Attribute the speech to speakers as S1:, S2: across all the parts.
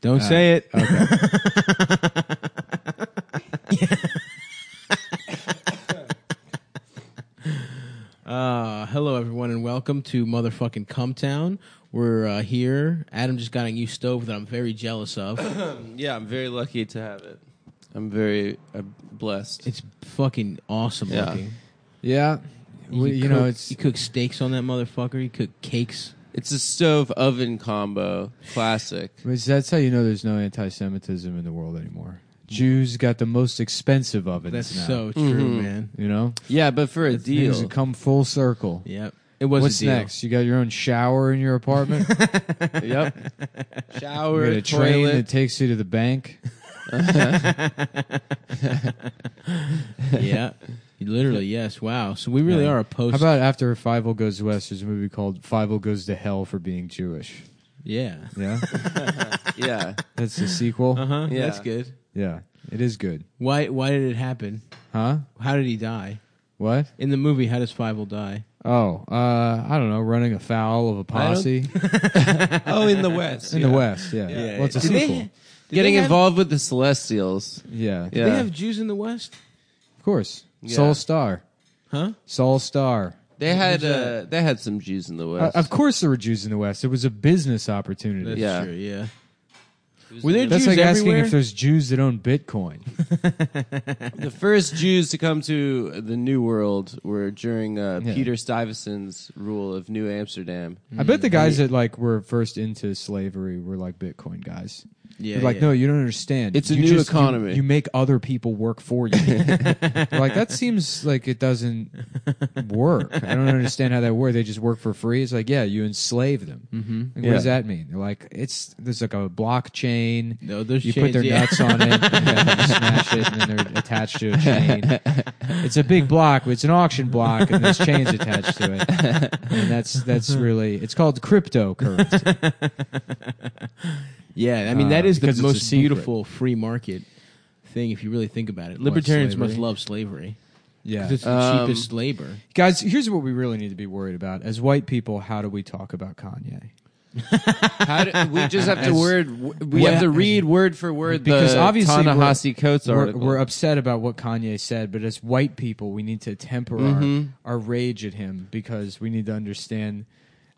S1: Don't say it. Uh, Okay. uh, hello, everyone, and welcome to motherfucking Cumtown. We're uh, here. Adam just got a new stove that I'm very jealous of.
S2: Yeah, I'm very lucky to have it. I'm very uh, blessed.
S1: It's fucking awesome
S2: Yeah.
S1: looking.
S3: Yeah.
S1: You,
S3: We-
S1: could
S3: you
S1: cook,
S3: know, it's
S1: you cook steaks on that motherfucker. You cook cakes.
S2: It's a stove oven combo, classic.
S3: it's- that's how you know there's no anti-Semitism in the world anymore. Jews got the most expensive ovens
S1: That's
S3: now.
S1: so true,
S2: Mm-hmm.
S1: man.
S3: you know
S2: Yeah, but for a
S3: things
S2: deal.
S3: have come full circle.
S1: Yep. It was
S3: What's
S1: a deal.
S3: next? You got your own shower in your apartment.
S2: yep.
S3: you got
S2: Shower,
S3: a train that
S2: toilet.
S3: takes you to the bank.
S1: yeah. Literally, yes. Wow. So we really
S3: Yeah.
S1: are a post.
S3: How about after Five O Goes West? There's a movie called Five O Goes to Hell for being Jewish.
S1: yeah.
S3: Yeah,
S2: yeah.
S3: that's the sequel.
S1: Uh huh.
S2: Yeah.
S1: That's good.
S3: Yeah, it is good.
S1: Why? Why did it happen?
S3: Huh?
S1: How did he die?
S3: What?
S1: In the movie, how does Five will die?
S3: Oh, uh, I don't know. Running afoul of a posse in
S2: Oh, in the West.
S3: the West. Yeah. Well, it's a
S1: Did they-
S3: sequel.
S1: did
S2: Getting
S1: they have-
S2: involved with the Celestials.
S3: Yeah.
S1: did
S2: Yeah.
S1: They have Jews in the West,
S3: Of course.
S2: Yeah.
S3: Soul Star.
S1: huh?
S3: Soul Star.
S2: They had uh, they had some Jews in the
S3: Uh,
S2: West.
S3: of course, there were Jews in the West. It was a business opportunity.
S1: That's
S2: Yeah.
S3: That's,
S1: true. Yeah. Were there
S2: the,
S1: Jews
S3: like
S1: everywhere?
S3: asking if there's Jews that own Bitcoin.
S2: the first Jews to come to the New World were during uh,
S3: Yeah.
S2: Peter Stuyvesant's rule of New Amsterdam.
S3: I bet the guys that like were first into slavery were like Bitcoin guys.
S1: yeah.
S3: They're like,
S1: yeah.
S3: no, you don't understand.
S2: It's a
S3: You
S2: new
S3: just- you-
S2: economy."
S3: You, make other people work for you. They're like that seems like it doesn't work. I don't understand how that works. They just work for free. It's like, yeah, you enslave them. Mm-hmm. Like, What does
S2: Yeah.
S3: that mean? They're like, it's there's like a blockchain.
S1: No, there's
S3: you
S1: chains,
S3: put their
S1: yeah.
S3: nuts on it, and you smash it, and then they're attached to a chain. It's a big block. It's an auction block, and there's chains attached to it. And that's that's really it's called cryptocurrency.
S1: Yeah. I mean, that
S3: Uh,
S1: is the
S3: because it's a
S1: most
S3: secret.
S1: beautiful free market thing if you really think about it. Libertarians must
S3: slavery?
S1: love slavery
S3: Yeah,
S1: 'cause it's the
S2: Um,
S1: cheapest labor.
S3: Guys, here's what we really need to be worried about. As white people, how do we talk about Kanye?
S2: How do, we just have to word. We
S3: Well,
S2: have to read word for word
S3: Because
S2: the
S3: obviously we're-
S2: Ta-Nehisi Coates
S3: We're,
S2: article.
S3: we're upset about what Kanye said, but as white people, we need to temper
S2: Mm-hmm.
S3: our, our rage at him because we need to understand.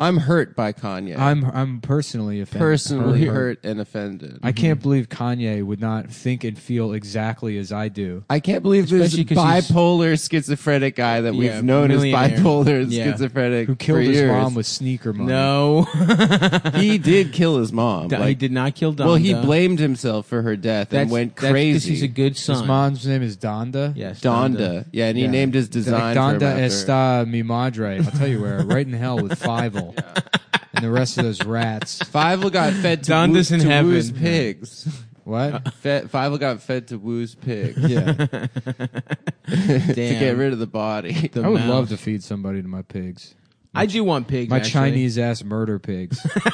S2: I'm hurt by Kanye.
S3: I'm I'm personally offended.
S2: personally
S3: Hurt.
S2: hurt and offended.
S1: Mm-hmm.
S3: I can't believe Kanye would not think and feel exactly as I do.
S2: I can't believe there's a
S1: Especially 'cause he's-
S2: bipolar schizophrenic guy that
S1: Yeah,
S2: we've known as
S1: millionaire.
S2: bipolar and
S1: Yeah.
S2: schizophrenic
S3: Who killed
S2: for
S3: his
S2: years.
S3: mom with sneaker money?
S1: No,
S2: he did kill his mom.
S1: he
S2: Like,
S1: did not kill Donda.
S2: well, he blamed himself for her death
S1: That's-
S2: and went
S1: that's 'cause
S2: crazy.
S1: He's a good son.
S3: His mom's name is Donda.
S1: Yes,
S2: Donda. Yeah, and he
S3: Yeah.
S2: named his design for him
S3: Donda
S2: after-
S3: está mi madre. I'll tell you where. Right in hell with Fivel and the rest of those rats.
S2: Fivel got fed to,
S1: Donda's
S2: Woo-
S1: in
S2: to
S1: heaven.
S2: Woo's pigs.
S1: Uh,
S3: What?
S2: Fed, Fivel got fed to Woo's pigs
S3: Yeah.
S1: Damn.
S2: to get rid of the body.
S1: The
S3: I would
S1: mouth.
S3: love to feed somebody to my pigs.
S1: I do want pigs.
S3: My
S1: actually.
S3: Chinese ass murder pigs.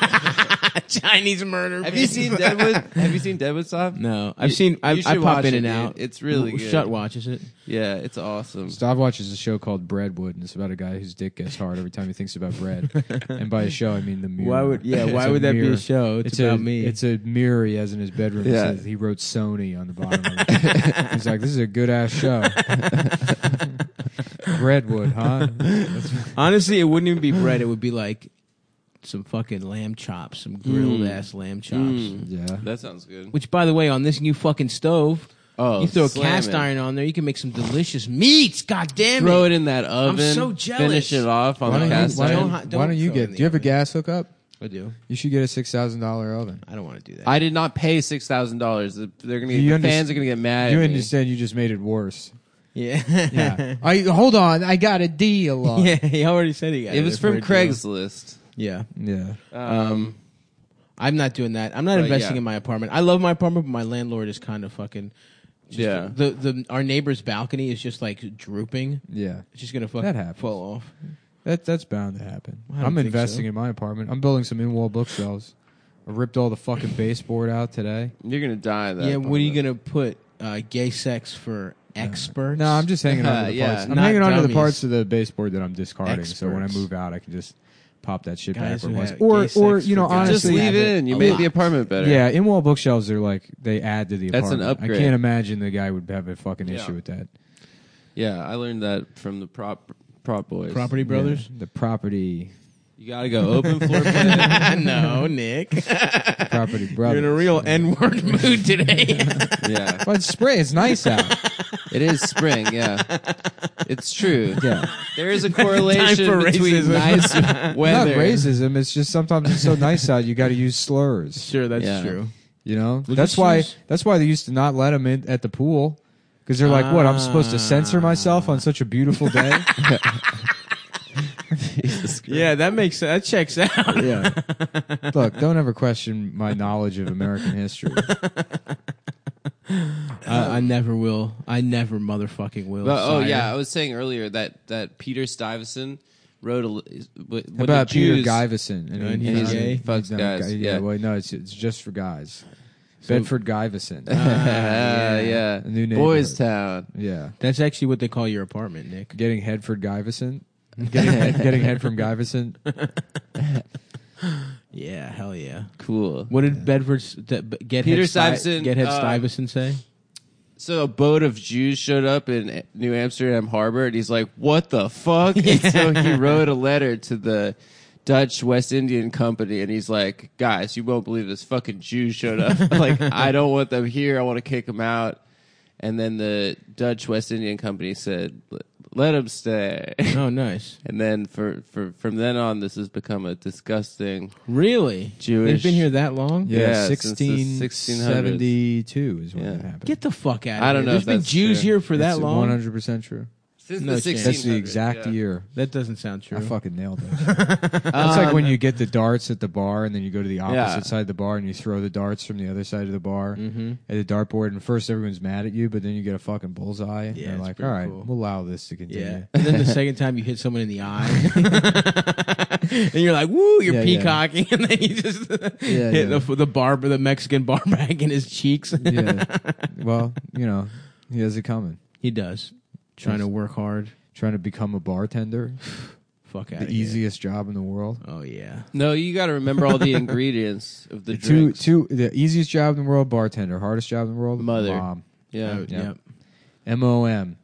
S1: Chinese murder.
S2: have you seen Deadwood? Have you seen Deadwood Stop?
S1: No, I've
S2: You-
S1: seen. I,
S2: you
S1: I
S2: should
S1: pop
S2: watch
S1: in
S2: it,
S1: and
S2: dude.
S1: out.
S2: It's really
S1: W-
S2: good.
S1: Shut watch is it?
S2: Yeah, it's awesome.
S3: Stav watches a show called Breadwood, and it's about a guy whose dick gets hard every time he thinks about bread. and by a show, I mean the mirror.
S1: Why would- yeah,
S3: It's
S1: why
S3: a
S1: would that be a
S3: mirror.
S1: show? It's
S3: a-
S1: about me.
S3: It's a mirror he has in his bedroom.
S2: Yeah.
S3: It says he wrote Sony on the bottom. of it. He's like, this is a good ass show. Breadwood, huh?
S1: Honestly, it wouldn't even be bread. It would be like some fucking lamb chops, some grilled
S2: Mm.
S1: ass lamb chops.
S3: Yeah.
S2: That sounds good.
S1: Which, by the way, on this new fucking stove,
S2: Oh,
S1: you throw a
S2: slam
S1: cast
S2: it.
S1: iron on there, you can make some delicious meats. God damn
S2: Throw
S1: it!
S2: it in that oven.
S1: so jealous.
S2: Finish it off on the
S3: Why don't, you,
S2: cast
S3: why
S2: iron.
S3: don't,
S1: Don't hi-
S3: why
S1: don't
S3: don't you
S1: throw it in
S3: get?
S1: the
S3: Do you have a
S1: oven.
S3: gas hookup?
S1: I do.
S3: You should get a six thousand dollar oven.
S1: I don't want to do that.
S2: I did not pay six thousand dollars. They're gonna get,
S3: You
S2: the
S3: under-
S2: fans are gonna get mad.
S3: You
S2: at me.
S3: understand? You just made it worse.
S1: yeah.
S3: Yeah. I hold on. I got a deal. On.
S1: yeah. He already said he got it.
S2: It was
S1: It's
S2: from
S1: weird,
S2: Craigslist.
S1: though. Yeah.
S3: Yeah.
S2: Um,
S1: I'm not doing that. I'm not
S2: But,
S1: investing
S2: yeah.
S1: in my apartment. I love my apartment, but my landlord is kind of fucking. Just,
S2: Yeah.
S1: The the our neighbor's balcony is just like drooping.
S3: Yeah.
S1: It's just gonna fuck
S3: That happens.
S1: fall off.
S3: That that's bound to happen.
S1: I don't
S3: I'm
S1: think
S3: investing
S1: so.
S3: in my apartment. I'm building some in-wall bookshelves. I ripped all the fucking baseboard out today.
S2: you're gonna die. That
S1: yeah. What are you
S2: apartment.
S1: gonna put? Uh, gay sex for experts?
S3: No, I'm just hanging on to the
S2: Yeah,
S3: parts. I'm
S1: not
S3: hanging on to the
S1: dummies.
S3: parts of the baseboard that I'm discarding. So when I
S1: Experts.
S3: move out, I can just pop that shit
S1: Guys who
S3: backward once.
S1: have
S3: Or,
S1: gay
S3: or
S1: sex
S3: you know,
S1: for guys.
S2: Just
S1: Honestly,
S3: honestly,
S2: leave
S1: I have
S2: it
S1: it
S2: in. You
S1: a
S2: made
S1: lot.
S2: the apartment better.
S3: yeah, in wall bookshelves are like they add to the
S2: That's an
S3: apartment. I
S2: upgrade.
S3: can't imagine the guy would have a fucking
S2: Yeah.
S3: issue with that.
S2: yeah. I learned that from the prop prop boys.
S1: Property Brothers?
S3: Yeah, the property,
S2: You gotta go open floor plan.
S1: no, Nick.
S3: property
S1: You're
S3: brothers.
S1: in a real N word mood today.
S2: yeah,
S3: But it's spray. It's nice out.
S2: it is spring. Yeah, it's true.
S3: Yeah,
S2: There is a correlation
S1: for
S2: between
S1: racism.
S2: nice
S3: not
S2: weather.
S3: racism. It's just sometimes it's so nice out. You got to use slurs.
S1: sure, that's
S2: Yeah.
S1: true.
S3: You know,
S1: at
S3: that's why.
S1: yous.
S3: That's why they used to not let them in at the pool because they're like, "What? I'm supposed to censor myself on such a beautiful day?"
S1: Yeah, that makes that checks out.
S3: yeah. Look, don't ever question my knowledge of American history.
S1: Uh, I, I never will. I never motherfucking will.
S2: But, oh
S1: sire.
S2: yeah, I was saying earlier that that Peter Stuyvesant wrote a. li- What, what
S3: How about
S2: the
S3: Peter
S2: Jews-
S3: Guyvesant? And,
S1: And he's gay?
S2: Fucks
S3: not a
S2: guys,
S3: guy-
S2: yeah.
S3: Well, no, it's it's just for guys. Bedford Guyvesant.
S2: Ah, yeah,
S3: A new
S2: Boys
S3: neighborhood.
S2: Town.
S3: yeah.
S1: That's actually what they call your apartment, Nick.
S3: Getting head for Guyvesant. Getting head, getting head from Guyvesant.
S1: Yeah, hell yeah.
S2: Cool.
S1: What did Bedford's that b- get
S2: Peter
S1: head Sty-
S2: Stuyvesant,
S1: get head
S2: uh,
S1: Stuyvesant say?
S2: So a boat of Jews showed up in New Amsterdam harbor, and he's like, "What the fuck?" And so he wrote a letter to the Dutch West Indian Company, and he's like, "Guys, you won't believe this fucking Jew showed up. like, I don't want them here. I want to kick them out." And then the Dutch West Indian Company said, "Let them stay."
S1: Oh, nice.
S2: and then for, for from then on, this has become a disgusting.
S1: Really?
S2: Jewish.
S1: They've been here that long?
S3: Yeah,
S2: Yeah, since the
S3: 1672 is when
S2: Yeah.
S3: that happened.
S1: Get the fuck out of here.
S2: I don't know
S1: There's
S2: if
S1: been
S2: that's
S1: Jews
S2: true.
S1: here for that
S3: It's
S1: long?
S3: 100% true.
S2: Since
S1: No
S2: the
S1: chance. That's
S2: 1600s,
S3: That's the exact
S2: yeah.
S3: year.
S1: That doesn't sound true.
S3: I fucking nailed that. That's like when you get the darts at the bar and then you go to the opposite
S2: Um, Yeah. Mm.
S3: side of the bar and you throw the darts from the other side of the bar at the dartboard and first everyone's mad at you, but then you get a fucking bullseye and
S1: Yeah,
S3: you're
S1: it's
S3: like, all
S1: pretty
S3: right,
S1: cool.
S3: we'll allow this to continue.
S1: Yeah. And then the second time you hit someone in the eye, and you're like, "Woo!" You're
S3: Yeah, yeah.
S1: peacocking, and then you just
S3: Yeah,
S1: hit
S3: yeah.
S1: the the barber, the Mexican barback in his cheeks.
S3: yeah. Well, you know, he has it coming.
S1: He does, trying to work hard.
S3: Trying to become a bartender,
S1: Fuck out.
S3: the easiest job in the world.
S1: Oh yeah.
S2: No, you got to remember all the ingredients of the,
S3: The two,
S2: drinks.
S3: two, the easiest job in the world, bartender. Hardest job in the world,
S2: Mother.
S3: mom.
S2: yeah,
S1: Oh, Yep.
S3: M O M.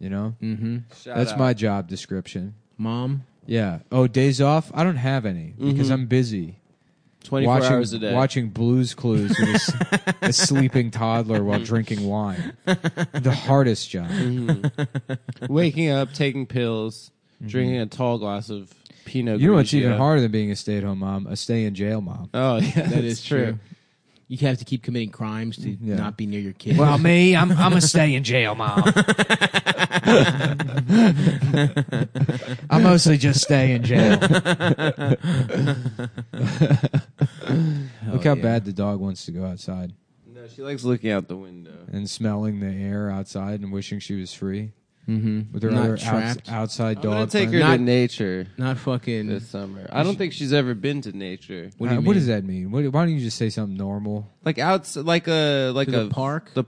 S3: You know,
S1: Mm-hmm.
S2: Shout
S3: that's
S2: out.
S3: my job description.
S1: Mom.
S3: Yeah. Oh, days off? I don't have any because
S1: Mm-hmm.
S3: I'm busy.
S2: 24
S3: watching,
S2: hours a day.
S3: Watching Blues Clues with a, s- a sleeping toddler while drinking wine. The hardest job.
S2: Waking up, taking pills, drinking a tall glass of Pinot
S3: Mm-hmm. You know what's even
S2: Grigio.
S3: harder than being a stay at home mom? A stay in jail mom.
S2: Oh, yeah,
S1: That is true. You have to keep committing crimes to
S3: Yeah.
S1: not be near your kids.
S3: me, I'm I'm a stay in jail mom. I mostly just stay in jail.
S1: Hell
S3: Look how
S1: yeah.
S3: bad the dog wants to go outside
S2: No, she likes looking out the window.
S3: and smelling the air outside and wishing she was free
S1: Mm-hmm.
S3: with her
S1: Not
S3: other outs-
S1: trapped.
S3: outside
S2: I'm gonna
S3: dog. Mm.
S2: take
S3: friends.
S2: her
S1: Not-
S2: to nature
S1: Not fucking.
S2: this summer. I don't think she's ever been to nature.
S1: what do you
S3: Uh,
S1: mean?
S3: does that mean? What, why don't you just say something normal?
S2: Like outs, like a like
S1: To
S2: a
S1: the park?
S2: The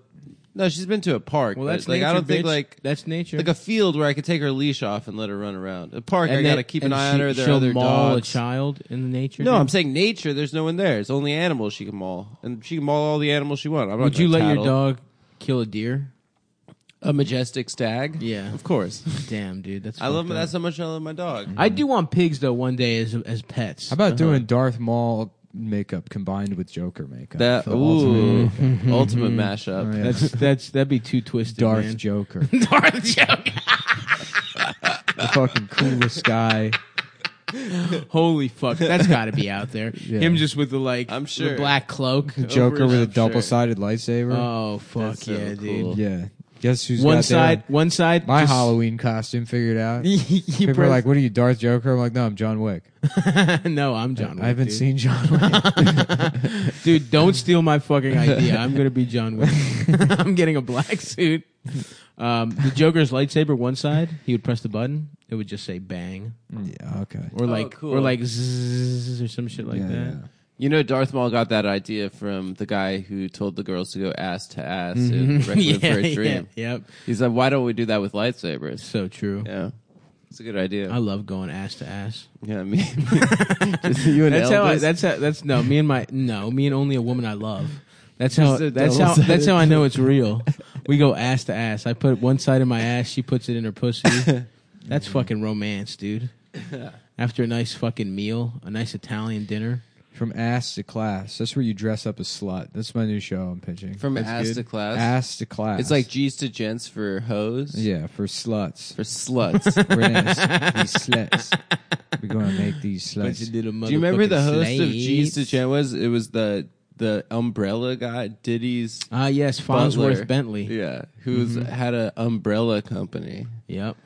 S2: no, she's been to a park.
S1: well,
S2: but,
S1: that's
S2: like
S1: nature,
S2: I don't think
S1: bitch.
S2: like
S1: that's nature.
S2: like a field where I could take her leash off and let her run around. A park, I
S1: that-
S2: gotta keep an
S1: and
S2: eye on
S1: she-
S2: her. There are
S1: she'll
S2: other
S1: maul
S2: dogs.
S1: a child in the nature.
S2: No, I'm
S1: dude?
S2: saying nature. There's no one there. It's only animals she can maul, and she can maul all the animals she wants. I'm not
S1: Would you
S2: gonna
S1: let your
S2: tattle.
S1: dog kill a deer?
S2: a majestic stag?
S1: Yeah.
S2: of course.
S1: Damn, dude, that's
S2: I love
S1: fucked
S2: my,
S1: up.
S2: that's how much I love my dog.
S1: I do want pigs though one day as as pets.
S3: How about doing Darth Maul makeup combined with Joker makeup?
S2: That
S3: For
S2: ooh,
S3: the ultimate-
S2: ultimate,
S1: Mm-hmm.
S2: mashup.
S3: Oh, yeah.
S1: that's that's that'd be too twisted,
S3: Darth
S1: man.
S3: Joker,
S1: Darth joke.
S3: the fucking coolest guy.
S1: Holy fuck, that's got to be out there.
S3: Yeah.
S1: Him just with the like,
S2: I'm
S1: the
S2: sure.
S1: black cloak,
S3: Joker
S1: over
S3: with
S1: his-
S3: a double sided lightsaber.
S1: Oh fuck
S2: That's so
S1: yeah,
S2: cool.
S1: dude.
S3: yeah. Guess who's
S1: One
S3: got their-
S1: side, one side.
S3: my
S1: just-
S3: Halloween costume figured out.
S1: you
S3: People are
S1: press-
S3: like, "What are you, Darth Joker?" I'm like, "No, I'm John Wick.
S1: no, I'm John. Wick,
S3: I haven't
S1: dude.
S3: seen John Wick."
S1: Dude, don't steal my fucking idea. I'm gonna be John Wick. I'm getting a black suit. Um, the Joker's lightsaber, one side, he would press the button, it would just say bang,
S3: Mm, yeah, okay.
S1: or like,
S2: cool.
S1: or like zzz, or some shit like
S3: Yeah,
S1: that.
S3: yeah.
S2: You know, Darth Maul got that idea from the guy who told the girls to go ass to ass in Requiem for a Dream.
S1: Mm-hmm. yeah, yep.
S2: He's like, why don't we do that with lightsabers?
S1: So true.
S2: Yeah, It's a good idea.
S1: I love going ass to ass.
S2: yeah, me. just you and
S1: That's how. I,
S2: Elvis.
S1: that's how. That's no. Me and my no. Me and only a woman I love. That's how.
S2: Just a
S1: That's how.
S2: double-sided.
S1: That's how I know it's real. We go ass to ass. I put one side in my ass. She puts it in her pussy. That's fucking romance, dude. After a nice fucking meal, a nice Italian dinner.
S3: From ass to class. That's where you dress up a slut. That's my new show I'm pitching.
S2: From
S3: That's
S2: ass to class?
S3: Ass to class.
S2: It's like G's to gents for hoes.
S3: yeah, for sluts.
S2: For sluts.
S3: We're gonna s- these sluts. We're gonna make these
S1: Bunch of
S3: sluts.
S1: little
S2: Do you remember the
S1: motherfucking
S2: host of G's to
S1: slaves.
S2: gents was? It was the the umbrella guy, Diddy's.
S1: Ah, yes,
S2: Butler.
S1: Farnsworth Bentley. Mm-hmm.
S2: Yeah, who's had an umbrella company,
S1: Yep,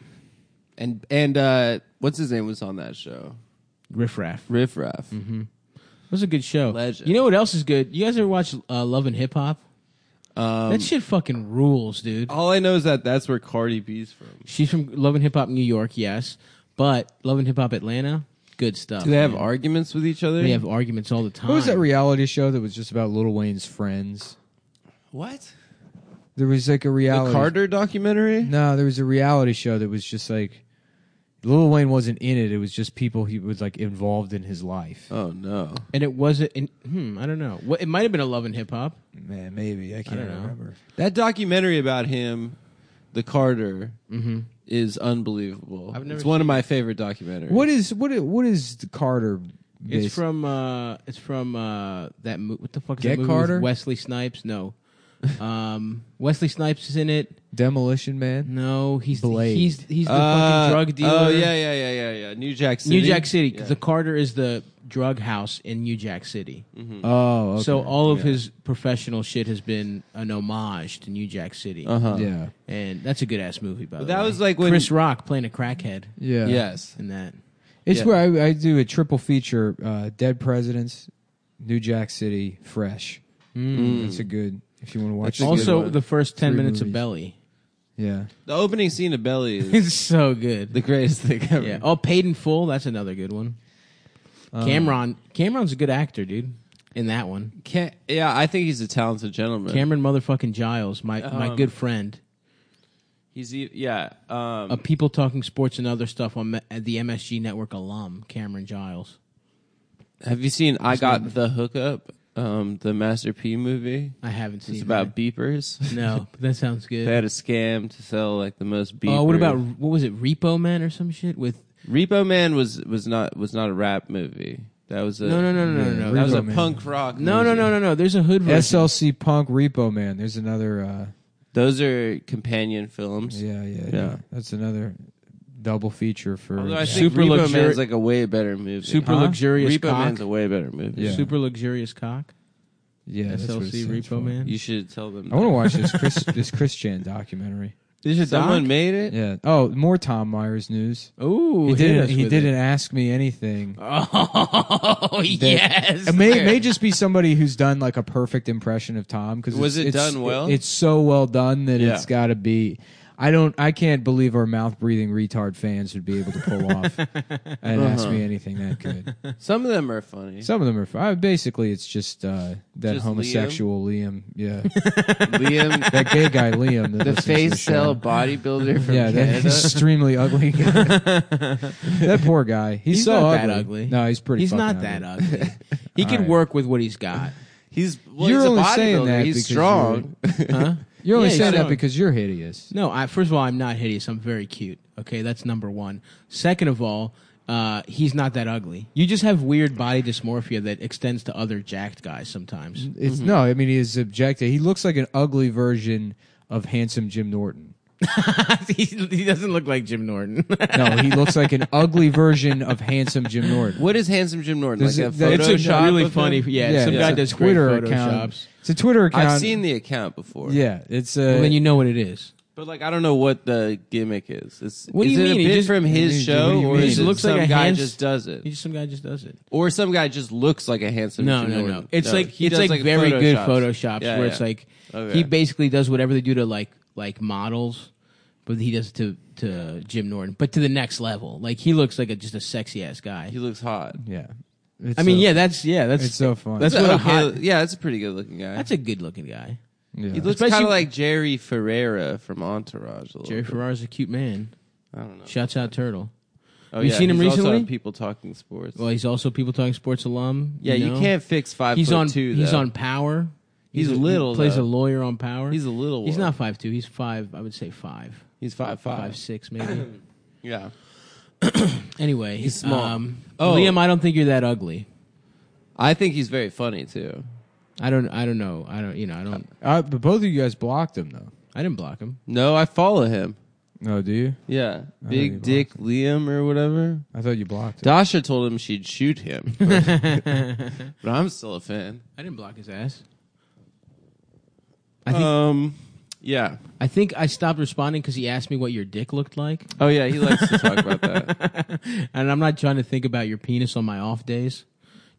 S2: and and uh, what's his name was on that show?
S1: riff raff.
S2: Riff Raff.
S1: Mm-hmm. It was a good show.
S2: Legend.
S1: You know what else is good? You guys ever watch uh, Love and Hip Hop?
S2: Um,
S1: that shit fucking rules, dude.
S2: All I know is that that's where Cardi B's from.
S1: She's from Love and Hip Hop New York, yes, but Love and Hip Hop Atlanta, good stuff.
S2: Do they have
S1: man.
S2: arguments with each other?
S1: They have arguments all the time.
S3: What was that reality show that was just about Lil Wayne's friends?
S2: what?
S3: There was like a
S2: The
S3: reality.
S2: Carter documentary?
S3: No, there was a reality show that was just like Lil Wayne wasn't in it. It was just people he was like involved in his life.
S2: Oh no.
S1: and it wasn't. In, hmm, I don't know. What, it might have been a Love and Hip Hop.
S3: Man, maybe I can't
S1: don't know.
S3: remember.
S2: That documentary about him, the Carter, is unbelievable.
S1: Mm-hmm. I've never
S2: it's one of
S1: seen
S2: my favorite documentaries.
S3: What is what? Is, what is the Carter?
S1: It's
S3: based-
S1: from. uh It's from uh that. Mo- what the fuck is
S3: Get
S1: that movie
S3: Carter?
S1: With Wesley Snipes? No. um Wesley Snipes is in it.
S3: Demolition Man.
S1: No, he's
S3: Blade.
S1: The, he's he's the
S2: Uh,
S1: fucking drug dealer.
S2: Oh yeah, yeah, yeah, yeah, yeah. New Jack City.
S1: New Jack City.
S2: Yeah.
S1: The Carter is the drug house in New Jack City.
S2: Mm-hmm.
S3: Oh, okay.
S1: So all of his professional shit has been an homage to New Jack City,
S2: Uh-huh.
S3: yeah,
S1: and that's a good ass movie. By the
S2: that
S1: way,
S2: was like when-
S1: Chris Rock playing a crackhead
S3: yeah,
S2: Yes.
S1: in that.
S3: It's
S2: Yeah.
S3: where I, I do a triple feature: uh, Dead Presidents, New Jack City, Fresh. That's a good if you want to watch.
S2: That's a
S3: it.
S2: good
S1: also,
S2: one.
S1: the first ten
S3: Three
S1: minutes of
S3: movies.
S1: Belly.
S3: yeah,
S2: The opening scene of Belly is
S1: It's so good.
S2: the greatest thing ever.
S1: yeah. Oh, Paid in Full. That's another good one.
S2: Um,
S1: Cameron. Cameron's a good actor, dude. In that one,
S2: Ca- yeah, I think he's a talented gentleman.
S1: Cameron motherfucking Giles, my my
S2: Um,
S1: good friend.
S2: he's e- yeah. Um,
S1: A people talking sports and other stuff on me- at the MSG Network alum Cameron Giles.
S2: have you seen I Got the Hookup? Um, the Master P movie.
S1: I haven't seen.
S2: It's about
S1: that.
S2: beepers.
S1: no, but that sounds good.
S2: They had a scam to sell like the most beepers.
S1: Oh, what about what was it, Repo Man or some shit? With
S2: Repo Man? Was was not was not a rap movie. That was a
S1: no, no, no, no, no, no.
S2: That was
S3: Repo
S2: a
S3: Man.
S2: punk rock.
S1: no,
S2: movie.
S1: no, no, no, no. There's a hood version.
S3: SLC Punk Repo Man. There's another. Uh,
S2: Those are companion films.
S3: yeah, yeah, yeah,
S2: Yeah.
S3: That's another double feature for.
S2: Although I think
S1: Super
S2: Repo
S1: luxuri-
S2: Man's like a way better movie.
S1: super
S3: Huh?
S1: luxurious
S2: Repo
S1: cock.
S2: Man's a way better movie.
S3: Yeah.
S1: Super luxurious cock.
S3: yeah, that's what it
S1: SLC
S3: stands
S1: Repo
S3: for.
S1: Man.
S2: You should tell them.
S3: I want to
S2: that.
S3: watch this Chris this Chris Chan documentary.
S1: There's a
S2: Someone
S1: doc?
S2: made it.
S3: Yeah. Oh, more Tom Myers news.
S1: Ooh,
S3: He
S1: hit
S3: didn't.
S1: us
S3: He
S1: with
S3: didn't
S1: it.
S3: ask me anything.
S1: Oh yes.
S3: It may may just be somebody who's done like a perfect impression of Tom because
S2: Was it done well?
S3: It's so well done that
S2: Yeah.
S3: it's got to be. I don't. I can't believe our mouth breathing retard fans would be able to pull off and ask
S2: Uh-huh.
S3: me anything that good.
S2: Some of them are funny.
S3: Some of them are. f- uh, Basically, it's just uh, that
S2: Just
S3: homosexual Liam. Yeah,
S2: Liam,
S3: that gay guy Liam.
S2: the
S3: That listens to the
S2: face
S3: show.
S2: cell bodybuilder from
S3: Yeah, that
S2: Canada.
S3: extremely ugly guy. that poor guy. He's,
S1: He's
S3: so
S1: not
S3: ugly.
S1: that ugly.
S3: No, he's pretty.
S1: He's not
S3: fucking
S1: that ugly. He can
S3: right.
S1: work with what he's got.
S2: He's well,
S3: You're
S2: he's
S3: only
S2: a bodybuilder.
S3: saying that
S2: he's
S3: because
S2: strong.
S1: Huh?
S3: You're only
S1: Yeah, he's
S3: saying that
S1: strong.
S3: because you're hideous.
S1: No, I, first of all, I'm not hideous. I'm very cute. Okay, that's number one. Second of all, uh, he's not that ugly. You just have weird body dysmorphia that extends to other jacked guys sometimes.
S3: It's no. I mean, he is objective. He looks like an ugly version of handsome Jim Norton.
S1: he, he doesn't look like Jim Norton.
S3: No, he looks like an ugly version of handsome Jim Norton.
S2: What is handsome Jim Norton?
S3: There's
S2: Like
S3: a-
S2: a
S3: that's
S2: Photoshop
S3: a
S1: really
S2: of him?
S1: funny- yeah, some
S3: it's
S1: guy
S3: a
S1: does great
S3: Twitter account.
S1: photoshops.
S3: It's a Twitter account.
S2: I've seen the account before.
S3: Yeah, it's uh, a.
S1: well, then you know what it is.
S2: But like I don't know what the gimmick is. It's,
S1: What do
S2: is
S1: you
S2: it
S1: mean?
S2: a
S1: He
S2: bit
S1: just-
S2: from
S3: What do
S2: his
S3: you
S2: show,
S3: mean?
S2: or
S3: He
S2: is
S3: just
S2: it
S1: looks
S2: some
S1: like a
S2: guy
S1: hands-
S2: just does it,
S1: He just- some guy just does it.
S2: or some guy just looks like a handsome?
S1: No,
S2: Jim
S1: no, no.
S2: Norton?
S1: It's like
S2: he
S1: it's
S2: does,
S1: like, very good
S2: photoshops.
S1: photoshops
S2: Yeah,
S1: where
S2: yeah.
S1: it's like
S2: Okay.
S1: he basically does whatever they do to like like models, but he does it to to Jim Norton, but to the next level. Like he looks like a, just a sexy ass guy.
S2: he looks hot.
S3: yeah. It's
S1: I mean,
S3: so-
S1: yeah, that's yeah, that's
S3: It's so funny.
S1: That's
S2: It's
S1: what a
S2: okay.
S1: hot.
S2: Yeah, it's a pretty good looking guy.
S1: That's a good looking guy.
S3: yeah.
S2: he looks kind
S1: Especially-
S2: of like Jerry Ferreira from Entourage. A little
S1: Jerry
S2: bit.
S1: Ferrara's a cute man.
S2: I don't know.
S1: Shouts out Turtle.
S2: Oh,
S1: You've
S2: yeah,
S1: seen him
S2: he's also
S1: recently?
S2: on People talking sports.
S1: Well, he's also People Talking Sports alum.
S2: yeah, you
S1: know?
S2: can't fix five
S1: He's
S2: foot
S1: on.
S2: two.
S1: he's
S2: though.
S1: on Power.
S2: He's
S1: a-
S2: little,
S1: He plays
S2: though.
S1: a lawyer on Power.
S2: He's a little.
S1: He's
S2: one.
S1: not five two. He's five. I would say five.
S2: He's five
S1: Five six maybe.
S2: Yeah.
S1: anyway,
S2: He's small.
S1: Um,
S2: Oh.
S1: Liam, I don't think you're that ugly.
S2: I think he's very funny too.
S1: I don't. I don't know. I don't. You know. I don't.
S3: Uh, but both of you guys blocked him though.
S1: I didn't block him.
S2: No, I follow him.
S3: No, do you?
S2: Yeah,
S3: I know you
S2: Big Dick Liam or whatever.
S3: I thought you blocked him.
S2: Dasha told him she'd shoot him, but I'm still a fan.
S1: I didn't block his ass. I think-
S2: Um, yeah.
S1: I think I stopped responding because he asked me what your dick looked like,
S2: Oh yeah, he likes to talk about that.
S1: and I'm not trying to think about your penis on my off days.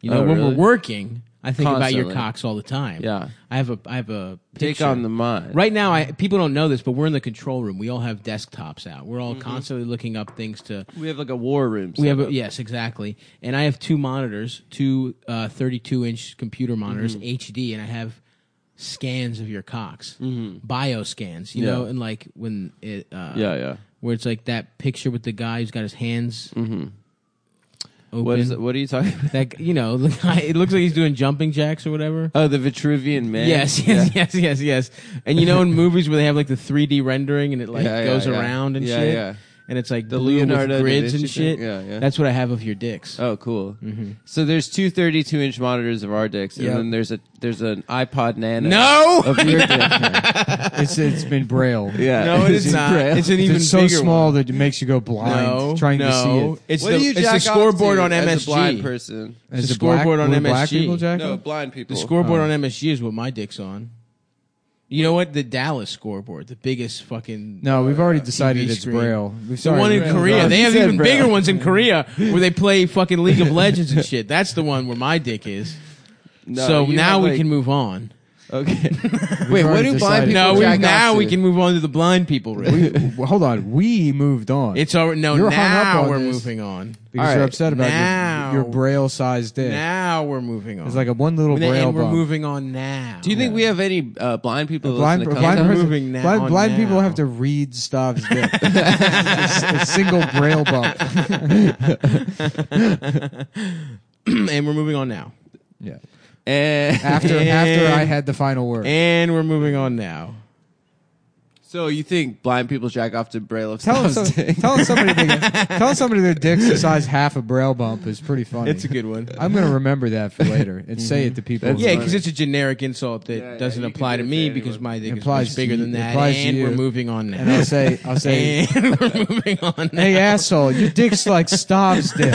S1: You know,
S2: Oh,
S1: when
S2: really?
S1: we're working, I think about
S2: Constantly.
S1: your cocks all the time.
S2: Yeah,
S1: I have a I have a
S2: Dick
S1: picture.
S2: on the mind.
S1: Right now, I people don't know this, but we're in the control room. We all have desktops out. We're all constantly looking up things to.
S2: We have like a war room.
S1: We have a, yes, exactly. And I have two monitors, two uh, 32-inch computer monitors,
S2: Mm-hmm.
S1: HD, and I have scans of your cocks, bio scans. You
S2: Mm-hmm. Yeah.
S1: know, and like when it uh,
S2: yeah, yeah.
S1: where it's like that picture with the guy who's got his hands open.
S2: Mm-hmm. What is? it- What are you talking? about?
S1: That you know, the guy, it looks like he's doing jumping jacks or whatever.
S2: Oh, the Vitruvian man.
S1: Yes,
S2: Yeah.
S1: yes, yes, yes, yes. And you know, in movies where they have like the 3D rendering and it like
S2: Yeah, yeah,
S1: goes
S2: yeah.
S1: around and
S2: Yeah,
S1: shit,
S2: yeah.
S1: and it's like
S2: The
S1: blue
S2: Leonardo da
S1: with grids
S2: Vinci
S1: and shit.
S2: thing. Yeah, yeah.
S1: That's what I have of your dicks.
S2: Oh, cool. So there's two 32 inch monitors of our dicks,
S1: Yep.
S2: and then there's a there's an iPod Nano.
S1: No!
S2: of your dick. yeah.
S3: it's it's been braille.
S1: No, it is not.
S2: Braille.
S1: It's an even
S3: It's so
S1: bigger
S3: small
S1: one.
S3: that it makes you go blind
S1: no,
S3: trying
S1: no.
S3: to see it.
S1: It's
S2: what
S1: the,
S2: do you
S1: it's
S2: jack
S1: the
S2: off
S1: scoreboard
S2: to
S1: on
S2: as a
S1: MSG.
S2: blind person?
S1: It's
S3: Is
S1: the
S3: it black-
S1: scoreboard on
S3: were Black
S1: MSG.
S3: people jack
S2: No,
S3: off?
S2: blind people.
S1: The scoreboard
S3: Oh.
S1: on MSG is what my dick's on. You know what? The Dallas scoreboard, the biggest fucking.
S3: No, we've already decided
S1: TV
S3: it's
S1: uh, screen.
S3: braille. We've
S1: The one in Korea. They
S2: You
S1: have
S2: said
S1: even
S2: bro.
S1: bigger ones in Korea where they play fucking League of Legends and shit. That's the one where my dick is.
S2: No,
S1: so
S2: you
S1: now
S2: have,
S1: we
S2: like-
S1: can move on.
S2: Okay. Wait, what
S3: already
S2: do blind
S3: decided.
S2: people?
S1: No, we,
S2: jack
S1: now
S2: off
S1: we
S2: to?
S1: can move on to the blind people. Really,
S3: we, well, hold on. We moved on.
S1: it's all no.
S3: You're hung up
S1: now
S3: on
S1: we're
S3: this.
S1: moving on.
S3: because
S2: all
S3: you're
S2: right,
S3: upset about
S1: now-
S3: your, your braille sized dick.
S1: Now we're moving on.
S3: It's like a one little
S1: and,
S3: braille
S1: and we're
S3: bump.
S1: moving on now.
S2: Do you think we have any uh, blind people? that
S3: Blind,
S2: listen to
S3: blind,
S2: Contact?
S3: person-
S1: moving now
S3: blind,
S1: on
S3: blind people
S1: now.
S3: have to read Stav's dick. It's a single braille bump.
S1: and we're moving on now.
S3: Yeah.
S2: And-
S3: After after I had the final word.
S1: And we're moving on now.
S2: so you think blind people jack off to Braille of
S3: Telling, some,
S2: Stubbs dick?
S3: telling somebody they, telling somebody their dick's the size half a braille bump is pretty funny.
S1: It's a good one.
S3: I'm gonna remember that for later and say it to people.
S2: That's
S1: Yeah,
S2: funny.
S1: because it's a generic insult that
S2: Yeah, yeah,
S1: doesn't
S2: you can
S1: apply to
S2: do it to
S1: me
S2: anyone.
S1: because my dick is
S3: Implies
S1: much
S3: to
S1: bigger
S3: you-
S1: than that.
S3: implies to
S1: And we're
S3: you.
S1: moving on
S3: and I'll
S1: now.
S3: say I'll say,
S1: And we're moving on now.
S3: "Hey asshole, your dick's like Stav's dick."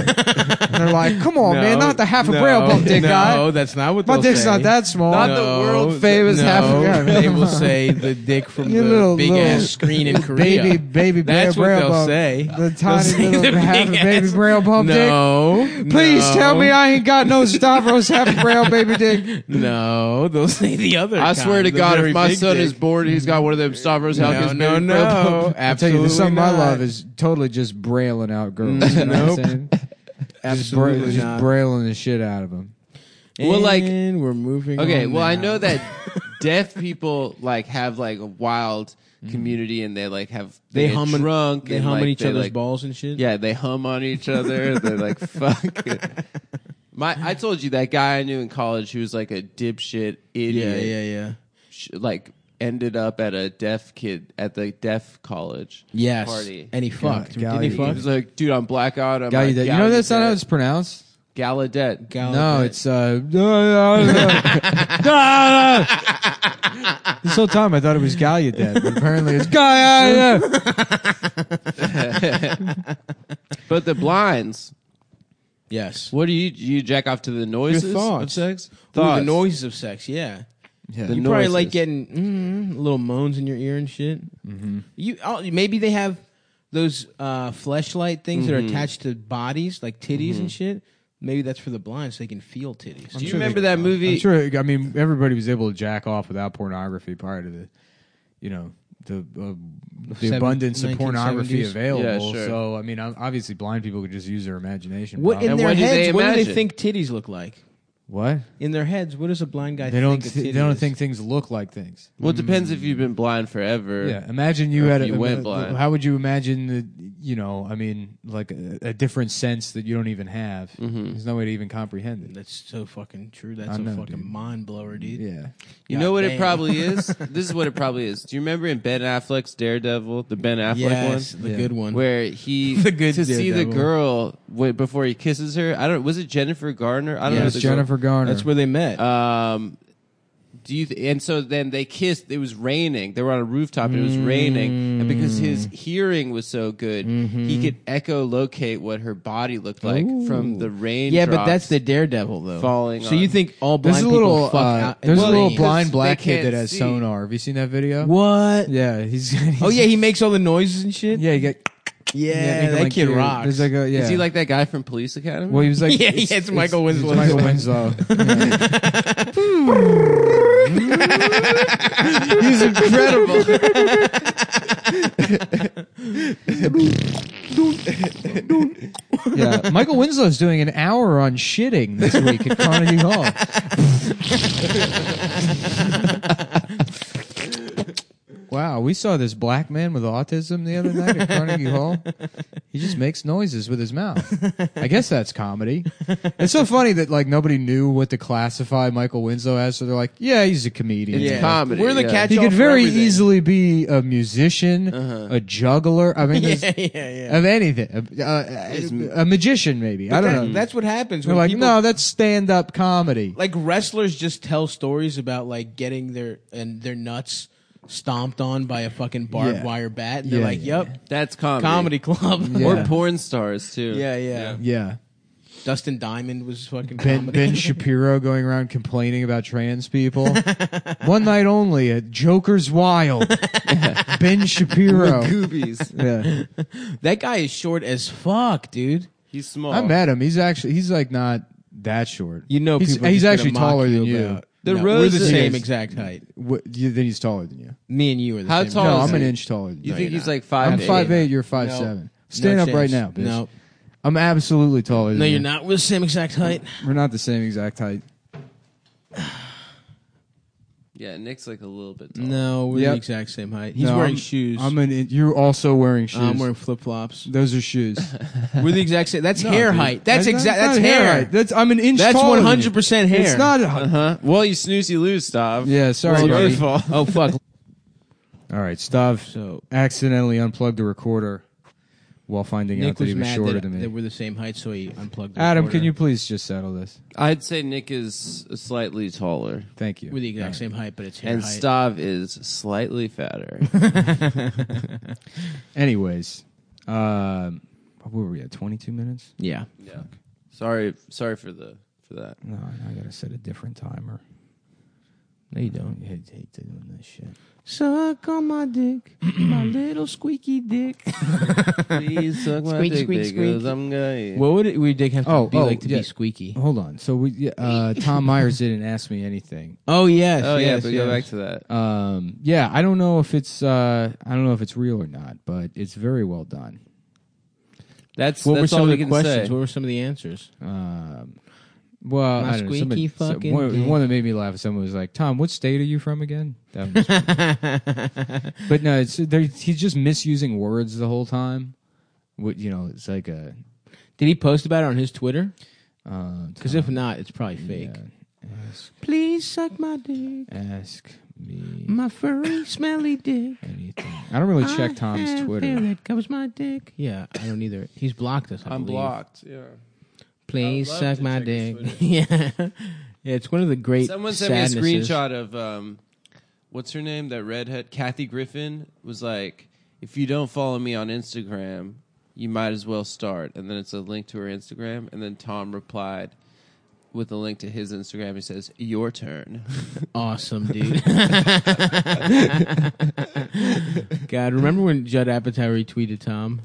S3: And they're like, "Come on, Oh, man, not the half a
S1: no,
S3: braille bump dick
S1: no,
S3: guy.
S1: that's not what
S3: My
S1: they'll
S3: dick's
S1: say.
S3: not that small.
S2: Not
S1: no,
S2: the world
S3: famous
S1: no,
S3: half- yeah.
S1: They will say the dick from the
S3: Your little-
S1: big
S3: little
S1: ass screen in Korea.
S3: baby baby braille,
S1: That's what
S3: braille
S1: they'll
S3: bump.
S1: say.
S3: The tiny
S1: say
S3: little
S1: the
S3: half a
S1: big
S3: baby
S1: ass-
S3: braille bump dick.
S1: no,
S3: Please
S1: no,
S3: tell me I ain't got no Stavros half a braille baby dick.
S1: No, they'll say the other.
S2: I swear
S1: kind,
S2: to
S1: the
S2: God,
S1: very
S2: if my
S1: big
S2: son
S1: dick.
S2: is bored, he's got one of them Stavros
S1: no,
S2: Halkins.
S1: no,
S2: baby
S1: no,
S2: Braille bumps.
S3: I tell you,
S1: absolutely
S3: the something
S1: not.
S3: I love is totally just brailing out girls. You know
S1: Nope.
S3: what I'm saying? Just bra-
S1: absolutely
S3: just
S1: not.
S3: brailing the shit out of them.
S2: Well, like-
S1: And we're moving.
S2: Okay,
S1: on
S2: well, I
S1: now.
S2: know that deaf people like have like a wild community, and they like have
S1: Mm. they,
S2: get
S1: hum and-
S2: drunk,
S1: They
S2: and,
S1: hum
S2: like,
S1: on each
S2: they,
S1: other's
S2: like,
S1: balls and shit.
S2: Yeah, they hum on each other. They're like, fuck. It. My, I told you that guy I knew in college who was like a dipshit
S1: yeah,
S2: idiot.
S1: yeah, yeah.
S2: sh- Like ended up at a deaf kid at the deaf college.
S1: Yes,
S2: Party.
S1: and he fucked.
S3: Gal-
S1: Didn't he
S2: He
S1: fuck?
S2: was like, dude, I'm blackout. I'm
S3: Gallaudet.
S2: like,
S3: You know that's not how it's pronounced.
S2: Gallaudet.
S1: Gal-
S3: No, it's uh. no, no, no. No, no. This whole time I thought it was Gallaudet, but apparently it's Gallaudet.
S2: but the blinds.
S1: yes.
S2: What do you you jack off to the noises of
S1: thoughts.
S2: sex?
S1: Ooh, the
S2: Thoughts.
S1: noises of sex. Yeah.
S2: The
S1: you probably like
S2: noises.
S1: getting mm, little moans in your ear and shit. Mm-hmm. You oh, maybe they have those uh, fleshlight things
S2: Mm-hmm.
S1: that are attached to bodies, like titties and shit. Maybe that's for the blind, so they can feel titties.
S2: Do you
S3: sure
S2: remember that
S3: I'm
S2: movie?
S3: sure. I mean, everybody was able to jack off without pornography prior to the, you know, the uh, the
S1: Seven-
S3: abundance of pornography
S1: 1970s.
S3: available.
S2: Yeah, sure.
S3: So I mean, ob- obviously, blind people could just use their imagination.
S1: What in
S2: And
S1: their
S2: what do they
S1: heads? what do they
S2: imagine?
S1: think titties look like?
S3: What?
S1: In their heads, what does a blind guy
S3: They don't.
S1: think? a
S3: thi-
S1: titty
S3: they don't
S1: is?
S3: think things look like things.
S2: Well, it depends if you've been blind forever.
S3: Yeah. Imagine
S2: Or
S3: you
S2: if
S3: had.
S2: you
S3: a,
S2: went
S3: uh,
S2: blind.
S3: How would you imagine the? You know, I mean, like a, a different sense that you don't even have.
S2: Mm-hmm.
S3: There's no way to even comprehend it.
S1: That's so fucking true.
S3: I
S1: That's a
S3: know,
S1: fucking
S3: dude.
S1: mind blower, dude.
S3: Yeah.
S2: You know what it
S1: Goddamn.
S2: probably is? this is what it probably is. Do you remember in Ben Affleck's Daredevil, the Ben Affleck
S1: Yes,
S2: one?
S1: the
S3: Yeah.
S1: good one.
S2: Where he
S1: The good
S2: to see the
S1: Daredevil.
S2: girl wait, before he kisses her. I don't. Was it Jennifer Garner? I don't know.
S3: Yes,
S2: the girl-
S3: Jennifer Garner.
S1: That's where they met.
S2: Um, do you? Th- and so then they kissed. It was raining. They were on a rooftop and it was raining. And because
S1: Mm.
S2: his hearing was so good,
S1: Mm-hmm.
S2: he could echolocate what her body looked like from the rain.
S1: yeah, but that's the daredevil though.
S2: Falling
S1: So
S2: on-
S1: you think all blind
S3: There's a
S1: people
S3: little.
S1: fuck
S3: uh,
S1: out?
S3: there's
S1: Well,
S3: a little
S1: they-
S3: blind
S2: they
S3: black kid
S2: can't
S3: that has
S2: see.
S3: sonar. Have you seen that video?
S1: What?
S3: Yeah. He's.
S1: Oh yeah, he makes all the noises and shit.
S3: Yeah. You get.
S1: Yeah,
S3: make him,
S1: that
S3: like,
S1: kid
S3: cute.
S1: rocks.
S3: There's like a. Yeah.
S2: Is he like that guy from Police Academy?
S3: Well, he was like,
S1: Yeah, yeah, it's Michael Winslow.
S3: It's Michael Winslow.
S2: he's incredible.
S3: yeah, Michael Winslow's doing an hour on shitting this week at Carnegie Hall. wow, we saw this black man with autism the other night at Carnegie Hall. He just makes noises with his mouth. I guess that's comedy. It's so funny that like nobody knew what to classify Michael Winslow as, so they're like, yeah, he's a comedian.
S2: It's
S1: Yeah.
S2: comedy,
S1: We're the
S2: yeah.
S1: catch.
S3: He could very easily be a musician,
S2: Uh-huh.
S3: a juggler. I mean, there's-
S1: Yeah, yeah, yeah.
S3: of anything. A, a, a magician, maybe. I don't
S1: That-
S3: know.
S1: That's what happens.
S3: They're
S1: When
S3: like,
S1: people,
S3: no, that's stand up comedy.
S1: like wrestlers just tell stories about like getting their and their nuts stomped on by a fucking barbed
S3: Yeah.
S1: wire bat. And they're
S3: Yeah,
S1: like,
S3: yeah,
S1: "Yep,
S2: That's comedy.
S1: comedy club."
S3: Yeah.
S2: Or porn stars too.
S1: Yeah, yeah.
S3: Yeah.
S1: Dustin Diamond was fucking
S3: Ben,
S1: comedy.
S3: ben Shapiro going around complaining about trans people. One night only at Joker's Wild. ben Shapiro.
S2: Goobies.
S3: Yeah.
S1: that guy is short as fuck, dude.
S2: He's small.
S3: I met him. He's actually he's like not that short.
S1: Oh. You know,
S3: he's,
S1: people are
S3: he's
S1: just gonna
S3: actually
S1: mock
S3: taller
S1: you
S3: than you.
S1: about-
S2: The
S1: No, we're the
S2: roses-
S1: same exact height.
S3: What, you. Then he's taller than you.
S1: Me and you are the
S2: How
S1: same.
S2: tall
S3: no,
S2: is
S3: I'm an
S2: he?
S3: inch taller. Than
S2: You
S3: you.
S2: think he's like
S3: I'm
S2: 5
S3: five five eight. You're five seven. Stand
S1: No
S3: up right
S1: chance.
S3: now, bitch.
S1: No.
S3: I'm absolutely taller. Than
S1: No,
S3: you.
S1: you're not. We're the same exact height.
S3: We're not the same exact height.
S2: Yeah, Nick's like a little bit tall.
S1: No, we're
S3: Yep.
S1: the exact same height. He's
S3: No,
S1: wearing
S3: I'm-
S1: shoes.
S3: I'm an. You're also wearing shoes.
S1: I'm wearing flip flops.
S3: Those are shoes.
S1: We're the exact same. That's hair
S3: dude.
S1: height. That's
S3: not-
S1: exact. That's
S3: not
S1: hair.
S3: height. That's I'm an inch.
S1: That's
S3: taller than you.
S1: 100% hair. Uh-huh.
S3: It's not. A,
S2: Huh? Uh-huh. Well, you snooze, you lose, Stav.
S3: Yeah. Sorry.
S2: Well,
S3: buddy.
S2: it's your fault.
S1: Oh fuck.
S3: All right. Stav
S1: So
S3: accidentally unplugged the recorder while finding out
S1: Nick
S3: that
S1: was
S3: he was
S1: mad
S3: shorter
S1: that,
S3: than
S1: that
S3: me.
S1: we're the same height, so he unplugged. The
S3: Adam,
S1: recorder.
S3: can you please just settle this?
S2: I'd say Nick is slightly taller,
S3: Thank you.
S1: We're the exact same height, but it's hair
S2: and
S1: height.
S2: Stav is slightly fatter.
S3: Anyways, um, what were we at? 22 minutes.
S1: Yeah.
S2: yeah. Sorry, sorry for the for that.
S3: No, I gotta set a different timer.
S1: No, you don't.
S3: I hate, hate doing this shit.
S1: Suck on my dick, my little squeaky dick.
S2: Please suck my
S1: Squeak,
S2: dick
S1: squeak,
S2: because
S1: squeak.
S2: I'm gay.
S1: What would it, would dick have to
S3: Oh,
S1: be
S3: oh,
S1: like to
S3: yeah.
S1: be squeaky?
S3: Hold on. So we, yeah, uh, Tom Myers didn't ask me anything.
S1: Oh yes.
S2: oh yeah,
S1: yes,
S2: but
S1: yes.
S2: go back to that.
S3: Um, yeah, I don't know if it's uh, I don't know if it's real or not, but it's very well done.
S2: That's
S1: What
S2: that's
S1: were some
S2: all
S1: of
S2: we
S1: the
S2: can
S1: questions?
S2: say.
S1: What were some of the answers?
S3: Um, well,
S1: My
S3: I don't know,
S1: squeaky
S3: somebody- so-
S1: fucking
S3: one,
S1: dick.
S3: one that made me laugh. Someone was like, "Tom, what state are you from again?" That was- but no, it's they're- he's just misusing words the whole time. What you know, it's like a
S1: Did he post about it on his Twitter? Because
S3: because
S1: if not, it's probably fake.
S3: um, ask,
S1: Please suck my dick,
S3: ask me
S1: my furry, smelly dick.
S3: anything. I don't really check Tom's Twitter.
S1: It covers my dick. Yeah, I don't either. He's blocked us. I
S2: I'm
S1: believe.
S2: blocked. Yeah.
S1: Please
S2: I would love
S1: suck
S2: to
S1: my
S2: check his
S1: dick. yeah, yeah. It's one of the great.
S2: Someone sent
S1: sadnesses.
S2: me a screenshot of um, what's her name? That redhead, Kathy Griffin, was like, "If you don't follow me on Instagram, you might as well start." And then it's a link to her Instagram, and then Tom replied with a link to his Instagram. He says, "Your turn."
S1: Awesome, dude. God, remember when Judd Apatow retweeted Tom?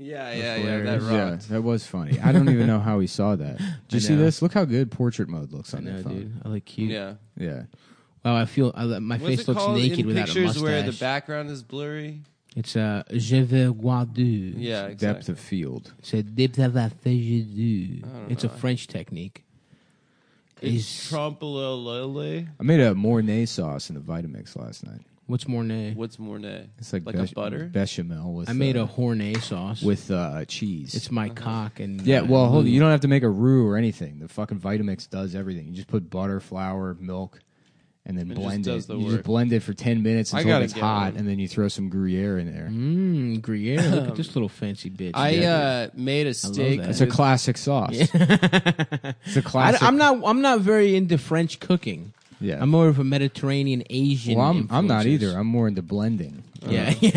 S2: yeah, yeah, yeah. That
S1: hilarious.
S3: Yeah,
S2: rocked.
S3: that was funny. I don't even know how he saw that. Did you
S1: I
S3: see
S1: know.
S3: this? Look how good portrait mode looks
S1: I
S3: on
S1: know,
S3: that phone.
S1: dude. I look cute.
S2: Yeah.
S3: Yeah.
S1: Wow, I feel I, my
S2: What's
S1: face
S2: it
S1: looks
S2: called
S1: naked
S2: in
S1: without a
S2: pictures
S1: mustache.
S2: where the background is blurry?
S1: It's uh, je veux voir du.
S2: Yeah,
S3: Depth
S2: exactly.
S3: of field.
S1: C'est depth of la feuille du. It's a French technique. Is
S2: Trompololole.
S3: I made a Mornay sauce in the Vitamix last night.
S1: what's Mornay?
S2: What's Mornay?
S3: It's like,
S2: Like a
S3: bech-
S2: butter?
S3: bechamel with.
S1: I made
S3: uh,
S1: a Hornay sauce.
S3: with uh, cheese.
S1: it's
S2: Uh-huh.
S1: my cock and
S3: yeah,
S1: uh,
S3: well, hold
S1: lube.
S3: you don't have to make a roux or anything. The fucking Vitamix does everything. You just put butter, flour, milk, and then
S2: It just
S3: blend
S2: does
S3: it.
S2: the
S3: you
S2: work.
S3: just blend it for ten minutes
S2: I
S3: until
S2: gotta
S3: it's
S2: get
S3: hot,
S2: one. Mm-hmm.
S3: and then you throw some Gruyere in there.
S1: Mm, Gruyere. Look at this little fancy bitch.
S2: I
S1: Yeah.
S2: uh, made a steak.
S1: that.
S3: It's a
S2: with-
S3: classic sauce. it's a
S1: I,
S3: classic.
S1: am not. I'm not very into French cooking.
S3: Yeah.
S1: I'm more of a Mediterranean Asian.
S3: well, I'm, I'm not
S1: influences. Uh-huh.
S3: either. I'm more into blending.
S1: Yeah, yeah,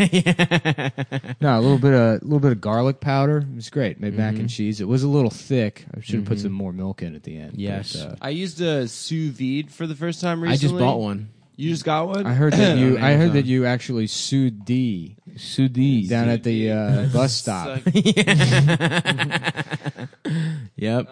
S3: No, a little bit of a little bit of garlic powder. It was great. Made mac
S2: Mm-hmm.
S3: and cheese. It was a little thick. I should have put some more milk in at the end. but,
S1: Yes.
S3: uh,
S2: I used a sous vide for the first time
S1: I
S2: recently.
S1: just bought one.
S2: You just got one?
S3: I heard that you.
S1: On
S3: I heard
S1: Amazon.
S3: that you actually sued D
S1: Sudis.
S3: down at the uh, bus stop.
S2: Suck-
S1: Yep.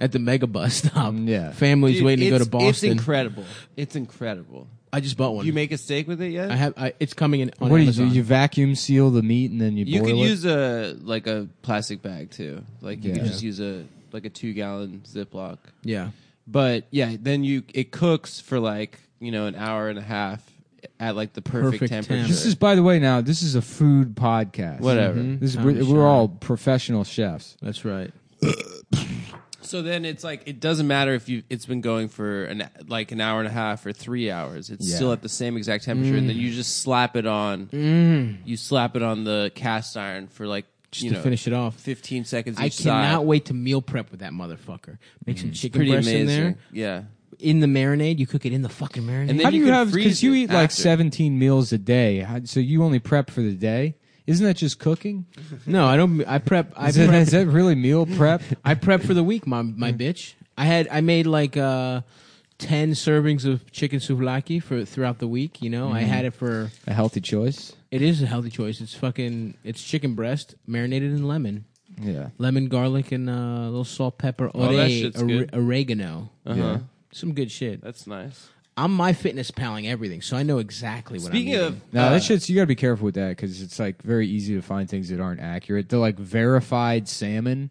S1: at the mega bus stop.
S3: Mm, yeah.
S1: Family's
S2: Dude,
S1: waiting to go to
S2: it's-
S1: Boston.
S2: It's incredible. It's incredible.
S1: I just bought one.
S2: You make a steak with it yet?
S1: I have. I, it's coming in. On
S3: What do you do?
S1: Amazon.
S3: You vacuum seal the meat and then you,
S2: you
S3: boil
S2: could
S3: it.
S2: use a like a plastic bag too. Like you could
S3: Yeah.
S2: just use a like a two gallon Ziploc.
S1: yeah.
S2: But yeah, then you it cooks for like you know an hour and a half at like the perfect,
S1: Perfect temp.
S2: temperature.
S3: this is, by the way, now this is a food podcast. Mm-hmm.
S2: Whatever.
S3: This is,
S1: I'm
S3: we're,
S1: sure.
S3: we're all professional chefs.
S1: That's right.
S2: So then it's like it doesn't matter if you it's been going for an like an hour and a half or three hours. It's
S3: Yeah.
S2: still at the same exact temperature, and then you just slap it on. You slap it on the cast iron for like
S1: Mm. Just
S2: you
S1: to
S2: know
S1: finish it off.
S2: fifteen seconds.
S1: I
S2: each side.
S1: cannot wait to meal prep with that motherfucker. Make some chicken
S2: Pretty
S1: breasts in
S2: amazing.
S1: there.
S2: Yeah.
S1: In the marinade, you cook it in the fucking marinade.
S2: And then
S3: How do you,
S2: can
S3: have?
S2: freeze
S3: Because you
S2: it
S3: eat like
S2: after.
S3: seventeen meals a day, How- so you only prep for the day. Isn't that just cooking?
S1: no, I don't. I prep. I
S3: Is, that,
S1: prep
S3: is that really meal prep?
S1: I prep for the week, my my
S2: Mm.
S1: bitch. I had I made like uh ten servings of chicken souvlaki for throughout the week. You know, I
S2: Mm.
S1: had it for.
S3: a healthy choice.
S1: It is a healthy choice. It's fucking. It's chicken breast marinated in lemon,
S3: Yeah.
S1: lemon, garlic, and uh, a little salt, pepper,
S2: Oh, that
S1: ore-
S2: shit's
S1: ore-
S2: good.
S1: oregano.
S2: Uh-huh.
S1: Some good shit.
S2: That's nice.
S1: I'm my fitness paling everything, so I know exactly what.
S2: Speaking
S1: I'm
S2: of
S1: eating.
S3: No,
S2: uh,
S3: that shit's you got to be careful with that because it's like very easy to find things that aren't accurate. They're like verified salmon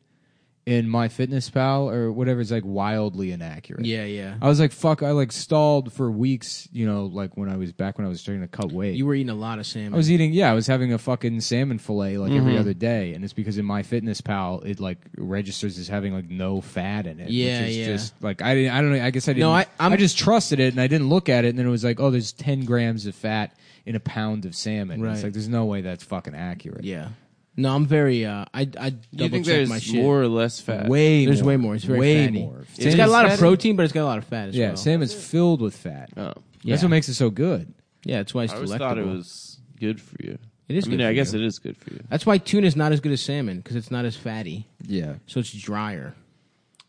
S3: in MyFitnessPal or whatever is like wildly inaccurate.
S1: yeah, yeah.
S3: I was like, fuck, I like stalled for weeks, you know, like when I was back when I was starting to cut weight.
S1: You were eating a lot of salmon.
S3: I was eating, yeah, I was having a fucking salmon fillet like
S1: Mm-hmm.
S3: every other day, and it's because in MyFitnessPal it like registers as having like no fat in it.
S1: Yeah,
S3: which is
S1: yeah.
S3: Just like I didn't, I don't know. I guess I didn't.
S1: No, I- I'm-
S3: I just trusted it and I didn't look at it, and then it was like, oh, there's ten grams of fat in a pound of salmon. And
S1: Right.
S3: It's like there's no way that's fucking accurate.
S1: yeah. No, I'm very. Uh, I I
S2: you
S1: double
S2: think
S1: check
S2: there's
S1: my shit.
S2: more or less fat?
S3: Way
S1: There's
S3: more.
S1: way more. It's very
S3: way
S1: fatty.
S3: more.
S1: it's
S3: Salmon's
S1: got a lot of
S3: fatty.
S1: protein, but it's got a lot of fat as
S3: Yeah,
S1: well.
S3: salmon's filled with fat.
S2: Oh.
S1: Yeah.
S3: That's what makes it so good.
S1: Yeah, that's why it's
S2: I always
S1: delectable.
S2: thought it was good for you.
S1: It is
S2: I mean,
S1: good
S2: I
S1: for
S2: guess
S1: you.
S2: it is good for you.
S1: That's why tuna is not as good as salmon because it's not as fatty,
S3: Yeah.
S1: so it's drier.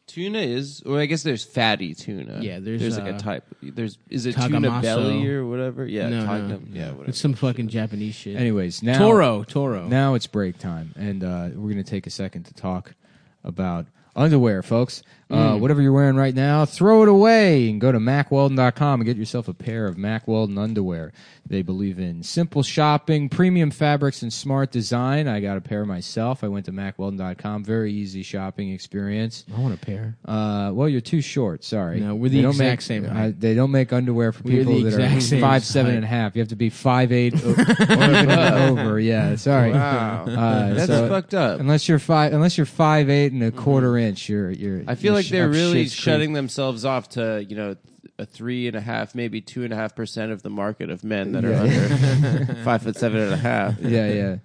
S2: Tuna is, or I guess there's fatty tuna.
S1: Yeah, there's,
S2: like
S1: uh,
S2: a type. There's is it
S1: Tagamaso.
S2: tuna belly or whatever? Yeah,
S1: No,
S2: tag-
S1: no.
S2: yeah, whatever.
S1: It's some fucking Japanese shit.
S3: Anyways, now
S1: Toro, Toro.
S3: Now it's break time, and uh, we're going to take a second to talk about underwear, folks.
S1: Mm.
S3: Uh, whatever you're wearing right now, throw it away and go to macweldon.com and get yourself a pair of Mack Weldon underwear. They believe in simple shopping, premium fabrics, and smart design. I got a pair myself. I went to macweldon.com. Very easy shopping experience.
S1: I want a pair.
S3: Uh, well, you're too short. Sorry.
S1: No, we're the
S3: They don't
S1: exact
S3: make-
S1: same
S3: uh,
S1: height.
S3: they don't make underwear for
S1: We're
S3: people
S1: the
S3: that are
S1: exact same
S3: five seven
S1: height.
S3: and a half. You have to be five eight o- or even over. Yeah, sorry.
S2: wow,
S3: Uh,
S2: that's
S3: so-
S2: fucked up.
S3: Unless you're five, unless you're five eight and a quarter inch, you're you're.
S2: I feel
S3: you're
S2: like
S3: sh-
S2: they're
S3: up
S2: really
S3: shit's creek.
S2: shutting themselves off to you know a three and a half, maybe two and a half percent of the market of men that are under five foot seven and a half.
S3: Yeah, yeah.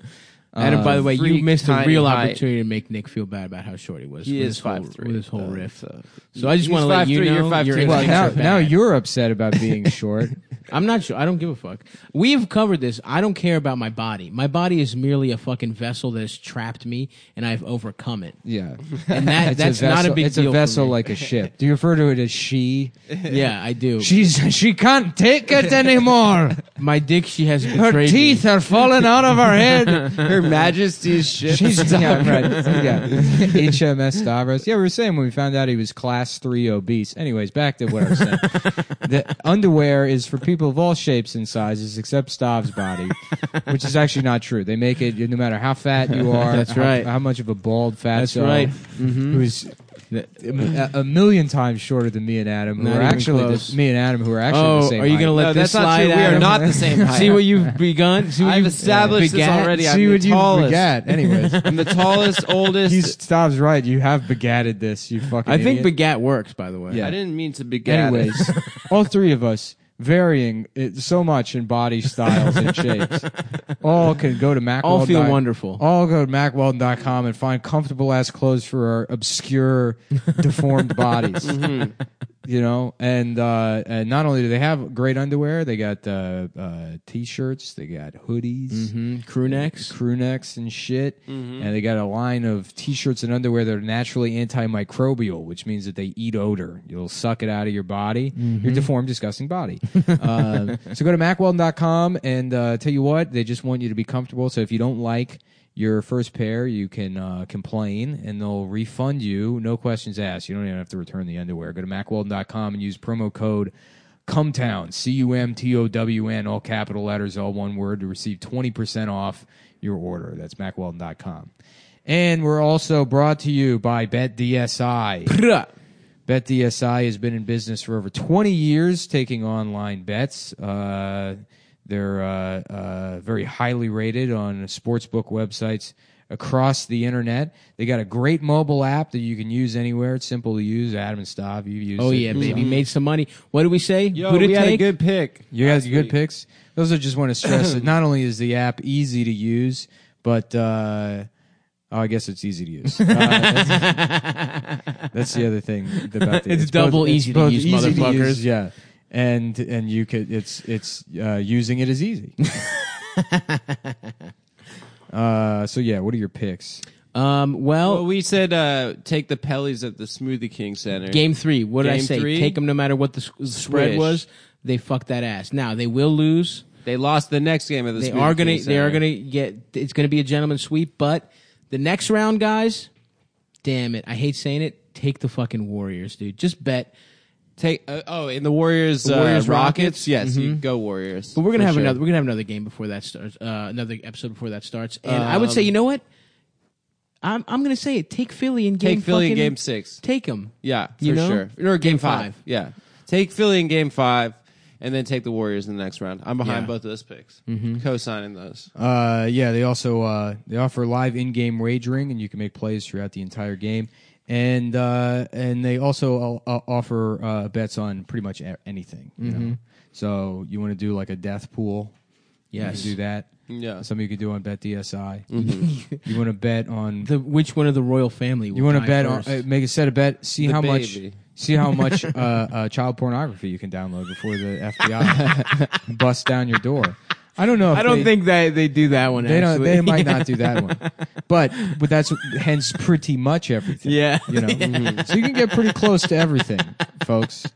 S1: Adam,
S3: Uh,
S1: by the way, you
S2: freak
S1: missed a
S2: tiny
S1: real
S2: height.
S1: opportunity to make Nick feel bad about how short he was.
S2: He
S1: with
S2: is
S1: this whole-
S2: five three.
S1: With this whole
S2: though,
S1: riff.
S2: so-
S1: So I just
S2: He's
S1: want to let
S2: 5'3",
S1: you know.
S2: you're 5'3".
S1: your
S3: well,
S1: instincts
S3: now
S1: are bad.
S3: now you're upset about being short.
S1: I'm not sure. I don't give a fuck. We've covered this. I don't care about my body. My body is merely a fucking vessel that has trapped me, and I've overcome it.
S3: Yeah,
S1: And that
S3: It's
S1: that's
S3: a vessel,
S1: not a big
S3: It's
S1: deal.
S3: a
S1: for
S3: vessel
S1: me.
S3: like a ship. Do you refer to it as she?
S1: yeah, I do.
S3: She's she can't take it anymore.
S1: my dick, she has
S3: Her
S1: betrayed me.
S3: teeth are falling out of her head.
S2: Her Majesty's ship.
S3: She's yeah, right. Yeah. HMS Stavros. Yeah, we were saying when we found out he was class three obese. Anyways, back to what I was saying. the underwear is for people of all shapes and sizes except Stav's body, which is actually not true. They make it no matter how fat you are.
S1: That's
S3: how-
S1: right.
S3: How much of a bald fat
S1: That's
S3: cell
S1: right.
S3: who's a, a million times shorter than me and Adam, who
S1: Not
S3: are
S1: even
S3: actually
S1: close.
S3: me and Adam, who are actually the
S1: Oh,
S3: same.
S1: are you going to
S3: height.
S1: let
S2: No,
S1: this
S2: that's not
S1: slide?
S2: true. We are
S1: Adam?
S2: not the same height.
S1: See what you've begun. See what
S2: I've
S1: you've
S2: established this
S1: begat?
S2: already. I'm
S3: see
S2: the
S3: what you
S2: tallest.
S3: begat? Anyways,
S2: I'm the tallest, oldest.
S3: he stops right. You have begatted this. You fucking.
S1: I think
S3: idiot.
S1: begat works. By the way,
S3: Yeah.
S2: I didn't mean to begat. it.
S3: Anyways, all three of us varying it, so much in body styles and shapes, all can go to Mac.
S1: all feel wonderful.
S3: All go to macweldon.com and find comfortable ass clothes for our obscure, deformed bodies.
S1: Mm-hmm.
S3: You know, and uh, and not only do they have great underwear, they got uh, uh, t-shirts, they got hoodies,
S1: Mhm. Crew necks.
S3: crew necks and shit, and they got a line of t-shirts and underwear that are naturally antimicrobial, which means that they eat odor. You'll suck it out of your body, your deformed, disgusting body. um, so go to macweldon.com and uh, tell you what, they just want you to be comfortable. So if you don't like your first pair, you can uh, complain and they'll refund you, no questions asked. You don't even have to return the underwear. Go to macweldon.com and use promo code Cumtown, C U M T O W N, all capital letters, all one word, to receive 20% off your order. That's macweldon.com. And we're also brought to you by BetDSI. BetDSI has been in business for over 20 years, taking online bets. Uh, they're uh, uh, very highly rated on sportsbook websites across the internet. They got a great mobile app that you can use anywhere. It's simple to use. Adam and Stav, you've used
S1: Oh
S3: it.
S1: yeah, baby, made some money. What did we say?
S2: Mm-hmm. Yo,
S1: Who'd it
S2: we had a
S1: take?
S2: good pick.
S3: You guys, good picks. Those are just want to stress that not only is the app easy to use, but uh, oh, I guess it's easy to use. Uh, that's, that's the other thing about the,
S1: It's
S3: both-
S1: double
S3: it's
S1: easy to
S3: both
S1: use,
S3: easy to
S1: motherfuckers.
S3: use, yeah, and and you could it's it's uh, using it is easy. uh, so yeah, what are your picks?
S1: Um, well,
S2: Well, we said uh, take the Pellies at the Smoothie King Center.
S1: game three. What did I
S2: Game
S1: say?
S2: three?
S1: Take them no matter what the s- spread
S2: Swish.
S1: was. They fucked that ass. Now they will lose.
S2: They lost the next game of the.
S1: They
S2: Smoothie
S1: are gonna.
S2: King
S1: They are
S2: Center.
S1: gonna get. It's gonna be a gentleman sweep. But the next round, guys. Damn it! I hate saying it. Take the fucking Warriors, dude. Just bet.
S2: take. Uh, oh, in the Warriors,
S1: The
S2: uh,
S1: Warriors
S2: Rockets. Mm-hmm.
S1: Rockets?
S2: Yes, you go Warriors.
S1: But we're gonna
S2: For
S1: have
S2: sure.
S1: another. We're gonna have another game before that starts. Uh, another episode before that starts. And I would say, you know what? Um, I'm I'm gonna say it. Take Philly in game.
S2: Take Philly in
S1: fucking-
S2: Game Six.
S1: Take them.
S2: Yeah, for
S1: You know?
S2: sure. Or game,
S1: five.
S2: five. Yeah, take Philly in game five, and then take the Warriors in the next round. I'm
S1: Yeah.
S2: behind
S1: Mm-hmm.
S2: both of those picks. Co-signing those.
S3: Uh, yeah, they also uh, they offer live in-game wagering, and you can make plays throughout the entire game. And uh, and they also uh, offer uh, bets on pretty much a- anything. You
S1: Mm-hmm.
S3: know, so you want to do like a death pool? Yeah,
S1: Yes.
S3: do that.
S2: Yeah.
S3: something you could do on BetDSI. you want to bet on
S1: Mm-hmm. The which one of the royal family? Will
S3: you want
S1: die
S3: to bet
S1: first?
S3: on uh, make a set of bet. See
S2: The
S3: how much
S2: baby.
S3: see how much uh, uh, child pornography you can download before the FBI busts down your door. I don't know. If
S1: I don't
S3: they-
S1: think that uh, they do that one.
S3: They don't.
S1: actually.
S3: They might not do that one, but but that's hence pretty much everything.
S1: Yeah.
S3: you know,
S2: Mm-hmm.
S3: so you can get pretty close to everything, folks,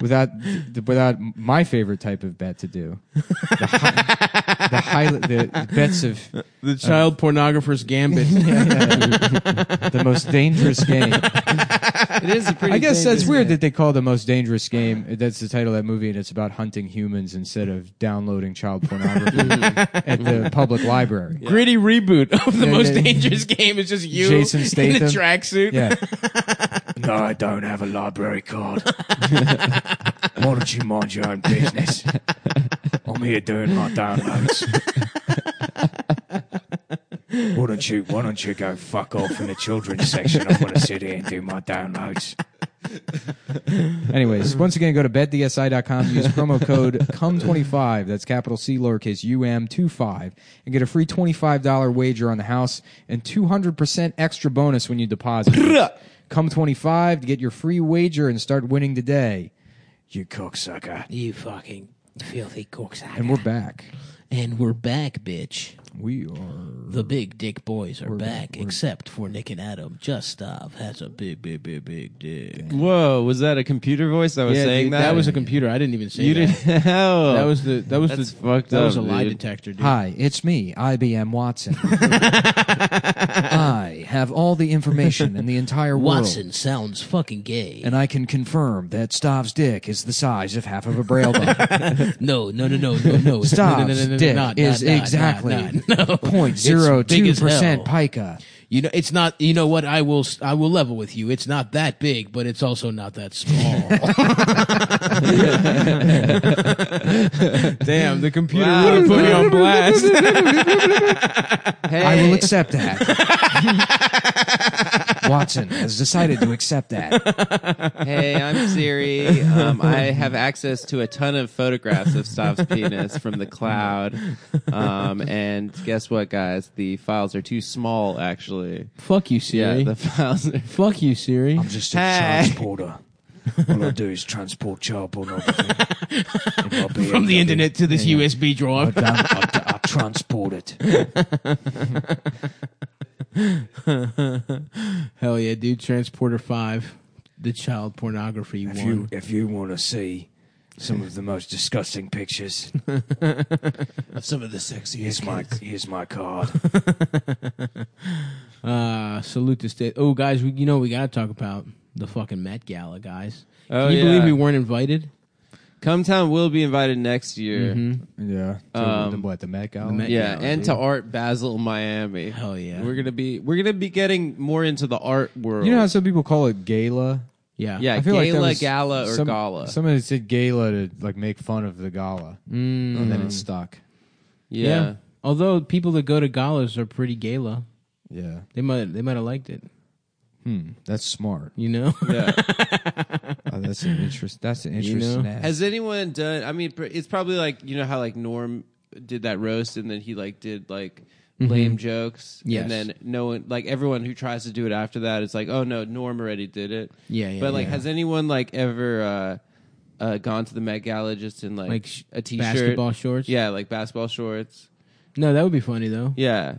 S3: without th- without my favorite type of bet to do, the hi- the, high, the bets of
S1: The child pornographer's gambit.
S3: the most dangerous game.
S2: It is a pretty.
S3: I guess that's
S2: dangerous
S3: weird
S2: game.
S3: that they call the most dangerous game. That's the title of that movie, and it's about hunting humans instead of downloading child pornography
S2: Mm.
S3: at the public library.
S1: Gritty reboot of the
S3: Yeah,
S1: most
S3: yeah.
S1: dangerous game is just you
S3: Jason
S1: in a
S3: Statham.
S1: tracksuit.
S3: Yeah.
S4: No, I don't have a library card. Why don't you mind your own business? I'm here doing my downloads. Why don't you why don't you go fuck off in the children's section? I wanna sit here and do my downloads.
S3: Anyways, once again, go to betdsi.com, use promo code CUM25, that's capital C, lowercase UM25, and get a free $25 wager on the house and 200% extra bonus when you deposit. CUM25 to get your free wager and start winning today.
S4: You cocksucker.
S1: You fucking filthy cocksucker.
S3: And we're back.
S1: And we're back, bitch.
S3: We are.
S1: The big dick boys are back, except for Nick and Adam. Just stop. Has a big, big, big, big dick.
S2: Whoa, was that a computer voice that was saying
S1: dude,
S2: that?
S1: was a computer. I didn't even say
S2: You
S1: that.
S2: didn't. Hell.
S1: That was the that was
S2: That's
S1: the
S2: fucked
S1: that was a
S2: up,
S1: lie
S2: dude.
S1: detector, dude.
S3: Hi, it's me, IBM Watson. I have all the information in the entire world.
S1: Watson sounds fucking gay.
S3: And I can confirm that Stav's dick is the size of half of a braille button.
S1: No, no, no, no, no, no.
S3: Stav's dick
S1: not,
S3: is
S1: not,
S3: exactly
S1: not, not, no.
S3: point zero
S1: It's big
S3: two
S1: as hell.
S3: percent pica.
S1: You know, it's not. You know what? I will. s- I will level with you. It's not that big, but it's also not that small. Damn, the computer
S2: Wow.
S1: really put me on blast.
S2: Hey,
S3: I will accept that. Watson has decided to accept that.
S2: hey, I'm Siri. Um, I have access to a ton of photographs of Stav's penis from the cloud. Um, and guess what, guys? The files are too small, actually.
S1: Fuck you,
S2: Yeah,
S1: Siri.
S2: the files are.
S1: Fuck you, Siri.
S4: I'm just a
S2: Hey.
S4: transporter. All I do is transport child pornography. If I be
S1: From the
S4: anybody,
S1: internet to this USB
S4: I,
S1: drive.
S4: don't, I, I transport it.
S1: Hell yeah, dude! Transporter Five, the child pornography
S4: If
S1: one.
S4: you if you want to see some of the most disgusting pictures,
S1: Some of the sexiest.
S4: here's my here's my card.
S1: Uh, salute to state. Oh, guys, we, you know we gotta talk about the fucking Met Gala, guys.
S2: Oh,
S1: Can you
S2: yeah.
S1: believe we weren't invited?
S2: Cometown will be invited next year.
S3: Hmm? Yeah.
S2: Um,
S3: what, the Met Gala?
S1: The Met
S2: Mm-hmm. Yeah,
S1: Gala,
S2: and
S1: dude.
S2: to Art Basel Miami.
S1: Hell yeah.
S2: We're gonna be we're gonna be getting more into the art world.
S3: You know how some people call it gala?
S1: yeah,
S2: yeah,
S3: I feel like that
S2: gala, gala,
S3: was
S2: or
S3: some-
S2: gala.
S3: Somebody said gala to like make fun of the gala, and
S2: Mm.
S3: then it stuck.
S1: Mm, yeah,
S2: yeah.
S1: Although people that go to galas are pretty gala.
S3: Yeah,
S1: They might they might have liked it.
S3: hmm. that's smart.
S1: You know.
S2: yeah.
S3: Oh, that's an interest. That's an
S1: You
S3: interesting.
S1: know?
S3: ass.
S2: Has anyone done? I mean, pr- it's probably like you know how like Norm did that roast, and then he like did like lame jokes,
S1: Mm-hmm. Yes.
S2: and then no one like everyone who tries to do it after that is like, oh no, Norm already did it.
S1: Yeah, yeah,
S2: But like,
S1: yeah.
S2: has anyone like ever uh, uh, gone to the Met Gala just in like,
S1: Like sh-
S2: a t-shirt,
S1: basketball shorts?
S2: Yeah, like basketball shorts.
S1: No, that would be funny though.
S2: Yeah,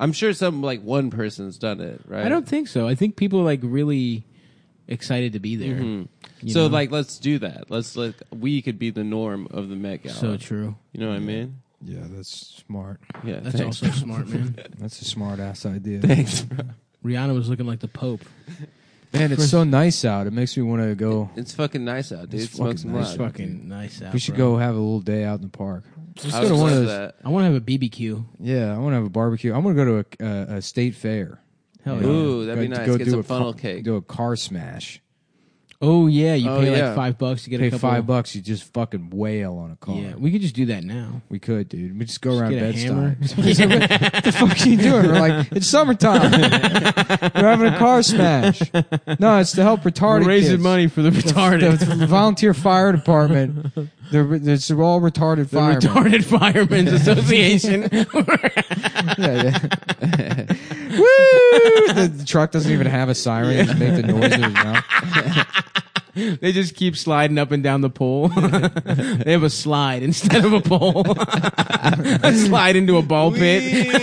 S2: I'm sure some like one person's done it, right?
S1: I don't think so. I think people are like really excited to be there. you
S2: so
S1: know?
S2: like, let's do that. Let's like we could be the norm of the Met Gala.
S1: so true.
S2: You know what I mean?
S3: yeah, that's smart.
S2: Yeah.
S1: That's
S2: thanks.
S1: also smart, man.
S3: That's a smart ass idea.
S2: Thanks, bro.
S1: Rihanna was looking like the Pope.
S3: Man, it's so nice out. It makes me want to go.
S2: It's fucking nice out, dude.
S3: It's
S2: Smoke
S3: fucking
S2: some
S3: nice.
S2: rock.
S1: Fucking nice out.
S3: We should
S1: bro.
S3: go have a little day out in the park. Let's
S2: I
S3: go to
S2: would
S3: one of
S2: love
S3: those.
S2: that.
S1: I want to have a BBQ.
S3: Yeah, I want to have a barbecue. I want to go to a, a, a state fair.
S1: Hell
S3: You
S1: yeah.
S3: know,
S2: Ooh, that'd be
S3: go-
S2: nice.
S3: Go
S2: Get
S3: do
S2: some
S3: a
S2: funnel
S3: fu-
S2: cake.
S3: Do a car smash.
S1: Oh yeah, you
S2: Oh,
S1: pay
S2: yeah.
S1: like five bucks to get
S3: Pay
S1: a couple.
S3: five bucks, you just fucking wail on a car.
S1: Yeah, we could just do that now.
S3: We could, dude. We just go
S1: Just
S3: around
S1: get a
S3: bed
S1: hammer.
S3: what the fuck are you doing? We're like, it's summertime. We're having a car smash. No, it's to help retarded
S1: We're raising
S3: kids.
S1: money for the retarded,
S3: The, the volunteer fire department. They're, it's all retarded
S1: the
S3: firemen.
S1: retarded firemen's association.
S3: yeah, yeah. Woo! The, the truck doesn't even have a siren. It just make the noise. of it, you know?
S1: they just keep sliding up and down the pole. they have a slide instead of a pole. a slide into a ball pit.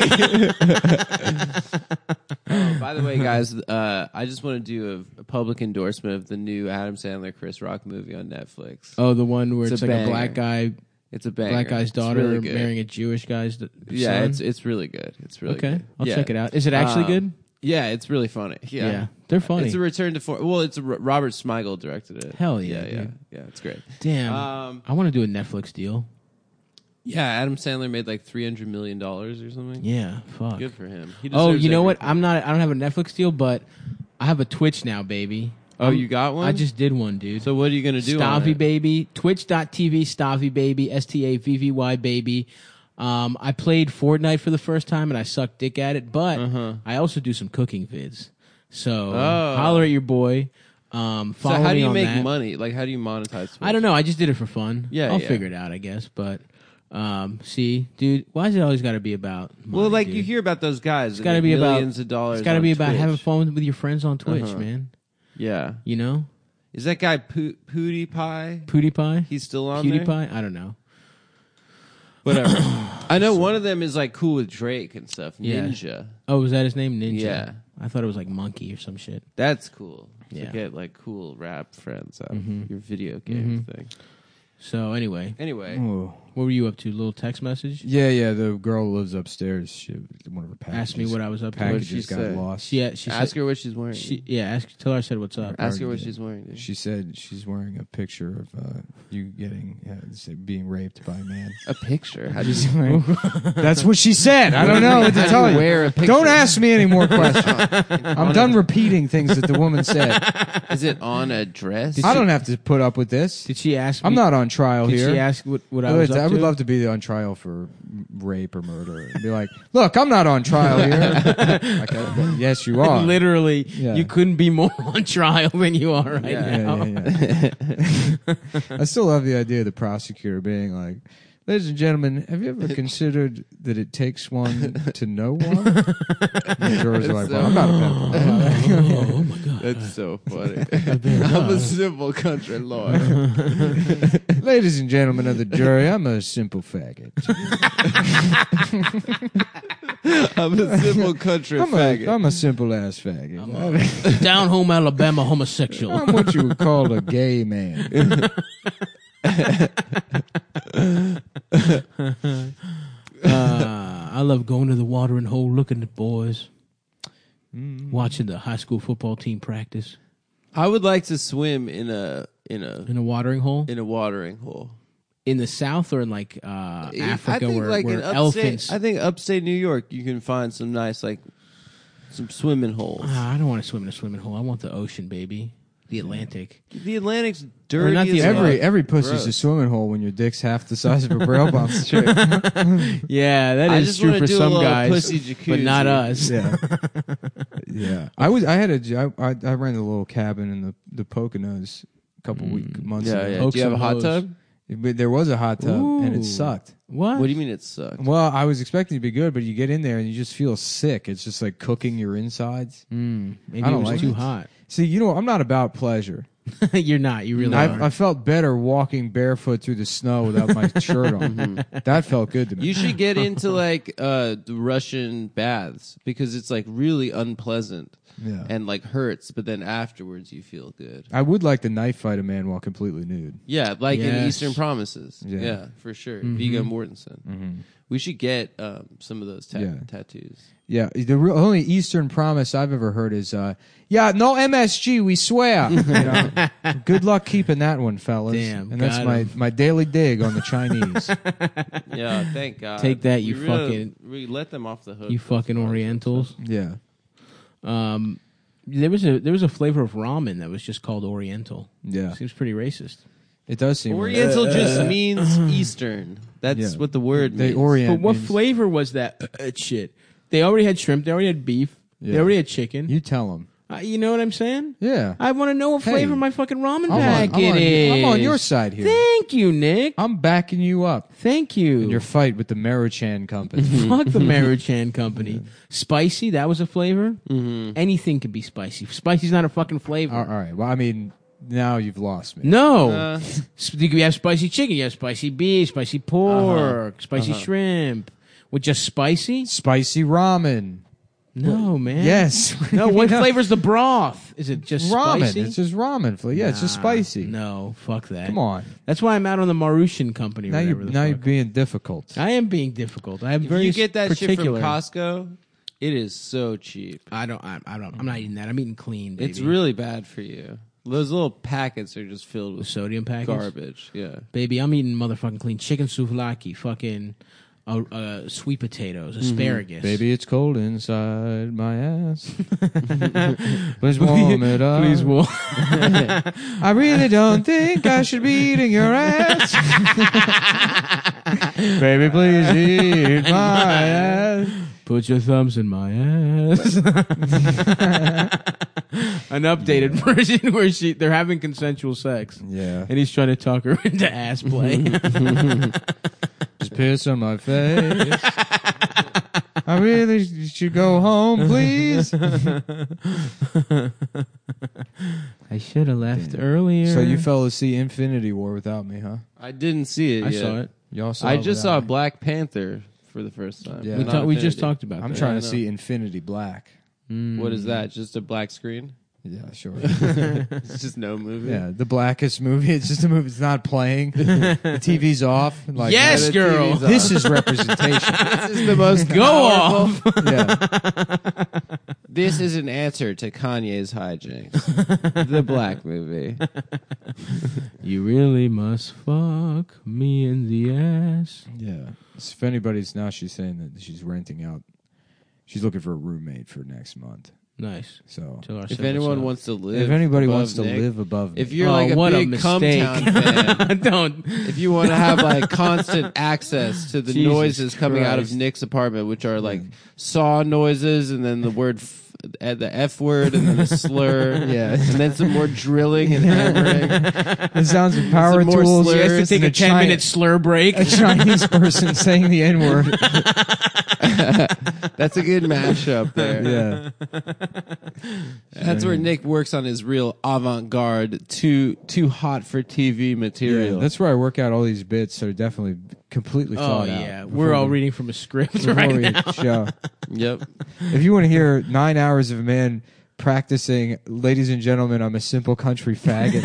S2: oh, by the way, guys, uh, I just want to do a, a public endorsement of the new Adam Sandler Chris Rock movie on Netflix.
S1: Oh, the one where
S2: It's
S1: it's,
S2: a
S1: like
S2: banger.
S1: a black guy,
S2: It's a banger.
S1: black guy's
S2: It's
S1: daughter
S2: really good.
S1: marrying a Jewish guy's d-
S2: Yeah,
S1: son?
S2: it's it's really good. It's really
S1: okay.
S2: good.
S1: I'll
S2: Yeah.
S1: check it out. Is it actually
S2: Um,
S1: good?
S2: Yeah, it's really funny. Yeah,
S1: Yeah, they're funny.
S2: It's a return to form. Well, it's a, Robert Smigel directed it.
S1: Hell yeah,
S2: yeah, yeah,
S1: dude.
S2: yeah. It's great.
S1: Damn,
S2: Um,
S1: I want to do a Netflix deal.
S2: yeah, Adam Sandler made like three hundred million dollars or something.
S1: Yeah, fuck.
S2: Good for him. He
S1: Oh,
S2: deserves
S1: you know what?
S2: everything.
S1: I'm not. I don't have a Netflix deal, but I have a Twitch now, baby.
S2: Oh, you got one?
S1: I just did one, dude.
S2: So what are you gonna do? on
S1: Stavvy
S2: it?
S1: baby, Twitch.tv Stavvy baby, S T A V V Y baby. Um, I played Fortnite for the first time and I sucked dick at it, but I also do some cooking vids. So
S2: Uh-huh. Oh.
S1: holler at your boy. Um,
S2: So
S1: follow
S2: how do
S1: me
S2: you
S1: on
S2: make
S1: that.
S2: money? Like how do you monetize? Twitch?
S1: I don't know. I just did it for fun.
S2: Yeah,
S1: I'll
S2: yeah.
S1: figure it out, I guess. But um, see, dude, why is it always got to be about?
S2: Well,
S1: money,
S2: like
S1: dude?
S2: you hear about those guys. It's
S1: gotta be about-
S2: millions of dollars.
S1: It's got to
S2: on
S1: be about
S2: Twitch.
S1: having fun with your friends on Twitch,
S2: Uh-huh.
S1: man.
S2: Yeah.
S1: You know,
S2: Is that guy Poo- PewDiePie?
S1: PewDiePie,
S2: He's still on
S1: PewDiePie.
S2: there.
S1: I don't know.
S2: Whatever. I know one of them is like cool with Drake and stuff.
S1: Yeah.
S2: Ninja.
S1: Oh, was that his name? Ninja.
S2: Yeah.
S1: I thought it was like monkey or some shit.
S2: That's cool. To
S1: Yeah. Mm-hmm.
S2: get like cool rap friends out of your video game thing.
S1: So anyway,
S2: Anyway,
S3: Ooh.
S1: What were you up to? Little text message.
S3: Yeah, yeah. The girl who lives upstairs. She, one of her packages.
S1: Asked me what I was up to.
S2: What'd
S3: packages
S2: she
S3: got
S2: say?
S3: lost.
S1: She, yeah, she
S2: ask
S1: said,
S2: her what she's wearing.
S1: she, yeah, ask. Tell her I said what's up.
S2: ask her what
S3: Yeah.
S2: she's wearing. Dude.
S3: She said she's wearing a picture of uh, you getting yeah, say being raped by a man.
S2: a picture. How do
S3: She's
S2: you?
S3: wearing- That's what she said. I don't know what to
S2: How do
S3: tell
S2: you
S3: you.
S2: wear a picture?
S3: Don't ask me any more questions. I'm
S2: I'm
S3: done repeating things that the woman said.
S2: Is it on a dress?
S3: I don't have to put up with this.
S1: Did she ask?
S3: I'm
S1: me-
S3: not on trial
S1: Did
S3: here.
S1: she ask what, what I
S3: I
S1: was
S3: would,
S1: up
S3: I would
S1: to?
S3: love to be on trial for m- rape or murder. And be like, look, I'm not on trial here. Like, uh, yes, you are.
S1: Literally,
S3: Yeah.
S1: you couldn't be more on trial than you are right
S2: Yeah.
S1: now.
S3: Yeah, yeah, yeah. I still love the idea of the prosecutor being like, ladies and gentlemen, have you ever considered that it takes one to know one? And the jurors are like, well, I'm not a pedophile.
S1: oh my god!
S2: That's so funny. I'm a simple country lawyer.
S3: ladies and gentlemen of the jury, I'm a simple faggot.
S2: I'm a simple country
S3: I'm
S2: faggot.
S3: a, I'm a simple ass faggot.
S1: I'm
S3: I'm,
S1: Down home Alabama homosexual.
S3: what you would call a gay man.
S1: Uh, I love going to the watering hole, looking at boys,
S3: Mm.
S1: watching the high school football team practice
S2: I would like to swim in a in a
S1: in a watering hole
S2: in a watering hole.
S1: in the south or in like uh, Africa
S2: I think
S1: where,
S2: like
S1: where
S2: in upstate,
S1: elephants.
S2: I think upstate New York, you can find some nice like some swimming holes.
S1: Ah, I don't want to swim in a swimming hole. I want the ocean, baby, the Atlantic.
S2: The Atlantic's dirty.
S1: not the
S2: as
S1: Atlantic.
S3: Every
S2: fuck.
S3: every pussy's a
S2: Gross.
S3: swimming hole when your dick's half the size of a braille bomb.
S1: Yeah, that
S2: I
S1: is
S2: just
S1: true
S2: wanna
S1: for
S2: do a
S1: some
S2: little
S1: guys,
S2: pussy jacuzzi.
S1: but not us.
S3: Yeah. yeah. I was I had a j- I I- I ran a little cabin in the the Poconos a couple week months
S2: Mm. Yeah, yeah.
S3: ago.
S1: Oaks
S2: Do you have a
S1: and
S2: hot
S1: hoes.
S2: tub?
S3: But there was a hot tub and
S1: Ooh.
S3: it sucked.
S1: What?
S2: What do you mean it sucks?
S3: Well, I was expecting it to be good, but you get in there and you just feel sick. It's just like cooking your insides.
S1: Mm, maybe
S3: I
S1: it
S3: don't
S1: was
S3: like
S1: too
S3: it.
S1: hot.
S3: See, you know, I'm not about pleasure.
S1: You're not. You really
S3: I,
S1: are.
S3: I felt better walking barefoot through the snow without my shirt on. that felt good to me.
S2: Mm-hmm. You should get into like uh the Russian baths because it's like really unpleasant
S3: Yeah.
S2: and like hurts, but then afterwards you feel good.
S3: I would like to knife fight a man while completely nude.
S2: Yeah, like in
S1: Yes.
S2: Eastern Promises.
S3: Yeah.
S2: Yeah, for sure. Viggo Mortensen. We should get um, some of those ta-
S3: Yeah.
S2: tattoos.
S3: Yeah, the real, only Eastern promise I've ever heard is, uh, "Yeah, no MSG, we swear." You know? Good luck keeping that one, fellas.
S1: Damn,
S3: and that's
S1: got
S3: my,
S1: him.
S3: my daily dig on the Chinese.
S2: Yeah, thank God.
S1: Take that,
S2: We
S1: you
S2: really-
S1: fucking-
S2: We let them off the hook.
S1: you fucking
S2: That's fine.
S1: Orientals.
S3: yeah,
S1: Um, there was a there was a flavor of ramen that was just called Oriental.
S3: yeah,
S1: Seems pretty racist.
S3: it does seem. right.
S2: Oriental just means Eastern. That's
S3: Yeah.
S2: what the word
S3: They
S2: means.
S3: orient.
S1: but what
S3: means-
S1: flavor was that shit? They already had shrimp. They already had beef. They
S3: Yeah.
S1: already had chicken. You,
S3: You tell them.
S1: uh, you know what I'm saying?
S3: Yeah,
S1: I want to know what
S3: Hey,
S1: flavor my fucking ramen
S3: I'm on- I'm
S1: packet
S3: on,
S1: is.
S3: I'm on your side here.
S1: Thank you, Nick.
S3: I'm backing you up
S1: Thank you.
S3: in your fight with the Marichan company.
S1: Fuck the Maruchan company. Spicy, that was a flavor. Anything could be spicy. Spicy's not a fucking flavor.
S3: all, all right. Well, I mean, now you've lost me.
S1: No.
S2: Uh,
S1: S- You have spicy chicken, you have spicy beef, spicy pork, spicy shrimp. With just spicy?
S3: Spicy ramen.
S1: No, man.
S3: Yes.
S1: No,
S3: We
S1: what
S3: know.
S1: flavor's the broth? Is it just
S3: Ramen.
S1: spicy?
S3: It's just ramen. fla- Yeah, it's just
S1: Nah,
S3: spicy.
S1: No, fuck that.
S3: Come on.
S1: That's why I'm out on the Maruchan company. or
S3: Now you're
S1: whatever the
S3: now you're
S1: fuck.
S3: being difficult.
S2: Ah,
S1: I am being difficult. I am
S2: if
S1: very
S2: you get that
S1: particular.
S2: shit from Costco, it is so cheap.
S1: I don't. I, I don't. I'm not eating that. I'm eating clean. Baby.
S2: It's really bad for you. Those little packets are just filled with
S1: sodium packets.
S2: garbage. Yeah.
S1: Baby, I'm eating motherfucking clean chicken souvlaki, fucking uh, uh, sweet potatoes, asparagus.
S3: Baby, it's cold inside my ass. Please warm it up.
S1: please warm.
S3: I really don't think I should be eating your ass. Baby, please eat my ass.
S1: Put your thumbs in my ass. An updated version where she they're having consensual sex.
S3: Yeah.
S1: And he's trying to talk her into ass play.
S3: Just piss on my face. I really should go home, please.
S1: I should have left
S3: Damn.
S1: earlier.
S3: So you fellas see Infinity War without me, huh?
S2: I didn't see it.
S1: I
S2: yet.
S1: saw it.
S3: Y'all saw
S2: I
S3: it
S2: just
S3: without
S2: saw
S3: me.
S2: Black Panther for the first time.
S3: Yeah.
S1: We,
S2: Not
S1: talked- we
S2: Infinity.
S1: just talked about.
S3: I'm
S1: that.
S3: trying
S2: I
S3: to
S2: know. Mm.
S3: see Infinity Black.
S2: What is that? Just a black screen?
S3: Yeah, sure.
S2: It's just no movie.
S3: yeah, the blackest movie. It's just a movie. It's not playing. The TV's off. and Like,
S1: Yes,
S3: the
S1: girl.
S3: TV's off. This is representation.
S2: This is the most
S1: Go off.
S3: yeah.
S2: This is an answer to Kanye's hijinks. the black movie.
S1: You really must fuck me in the ass.
S3: Yeah. So if anybody's now, she's saying that she's renting out. She's looking for a roommate for next month.
S1: Nice.
S3: So
S1: Tell her
S2: If
S1: set us
S2: anyone
S1: up.
S2: wants to live,
S3: if anybody
S2: above
S3: wants to
S2: Nick-
S3: live above,
S2: if
S3: me-
S2: you're
S1: Oh,
S2: like a
S1: what a
S2: big
S1: mistake.
S2: Cumtown fan,
S1: don't.
S2: if you want to have like constant access to the
S1: Jesus
S2: noises coming out of
S1: Christ.
S2: Nick's apartment, which are like saw noises and then the word, f- uh, the f word and then a slur,
S3: Yeah.
S2: and then some more drilling and hammering.
S3: the sounds of power
S2: Some more
S3: tools,
S1: She has to
S2: slurs
S1: take
S3: and
S1: a ten
S3: giant-
S1: minute slur break.
S3: a Chinese person saying the N word.
S2: That's a good mashup there.
S3: Yeah,
S2: That's where Nick works on his real avant-garde, too too hot for TV material.
S3: that's where I work out all these bits that are definitely completely
S1: Oh
S3: thought out.
S1: yeah,
S3: before
S1: we're all
S3: we-
S1: reading from a script
S3: before
S1: right
S3: we
S1: now.
S3: show.
S2: yep.
S3: If you want to hear nine hours of a man practicing, ladies and gentlemen, I'm a simple country faggot.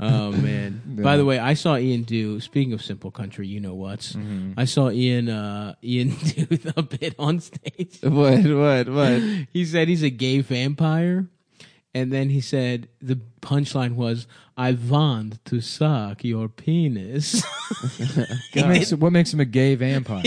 S1: Oh man! By the way, I saw Ian do. Speaking of simple country, you know what's?
S3: Mm-hmm.
S1: I saw Ian. Uh, Ian do the bit on stage.
S2: What? What? What?
S1: He said he's a gay vampire, and then he said the punchline was, "I want to suck your penis."
S3: what, makes, what makes him a gay vampire?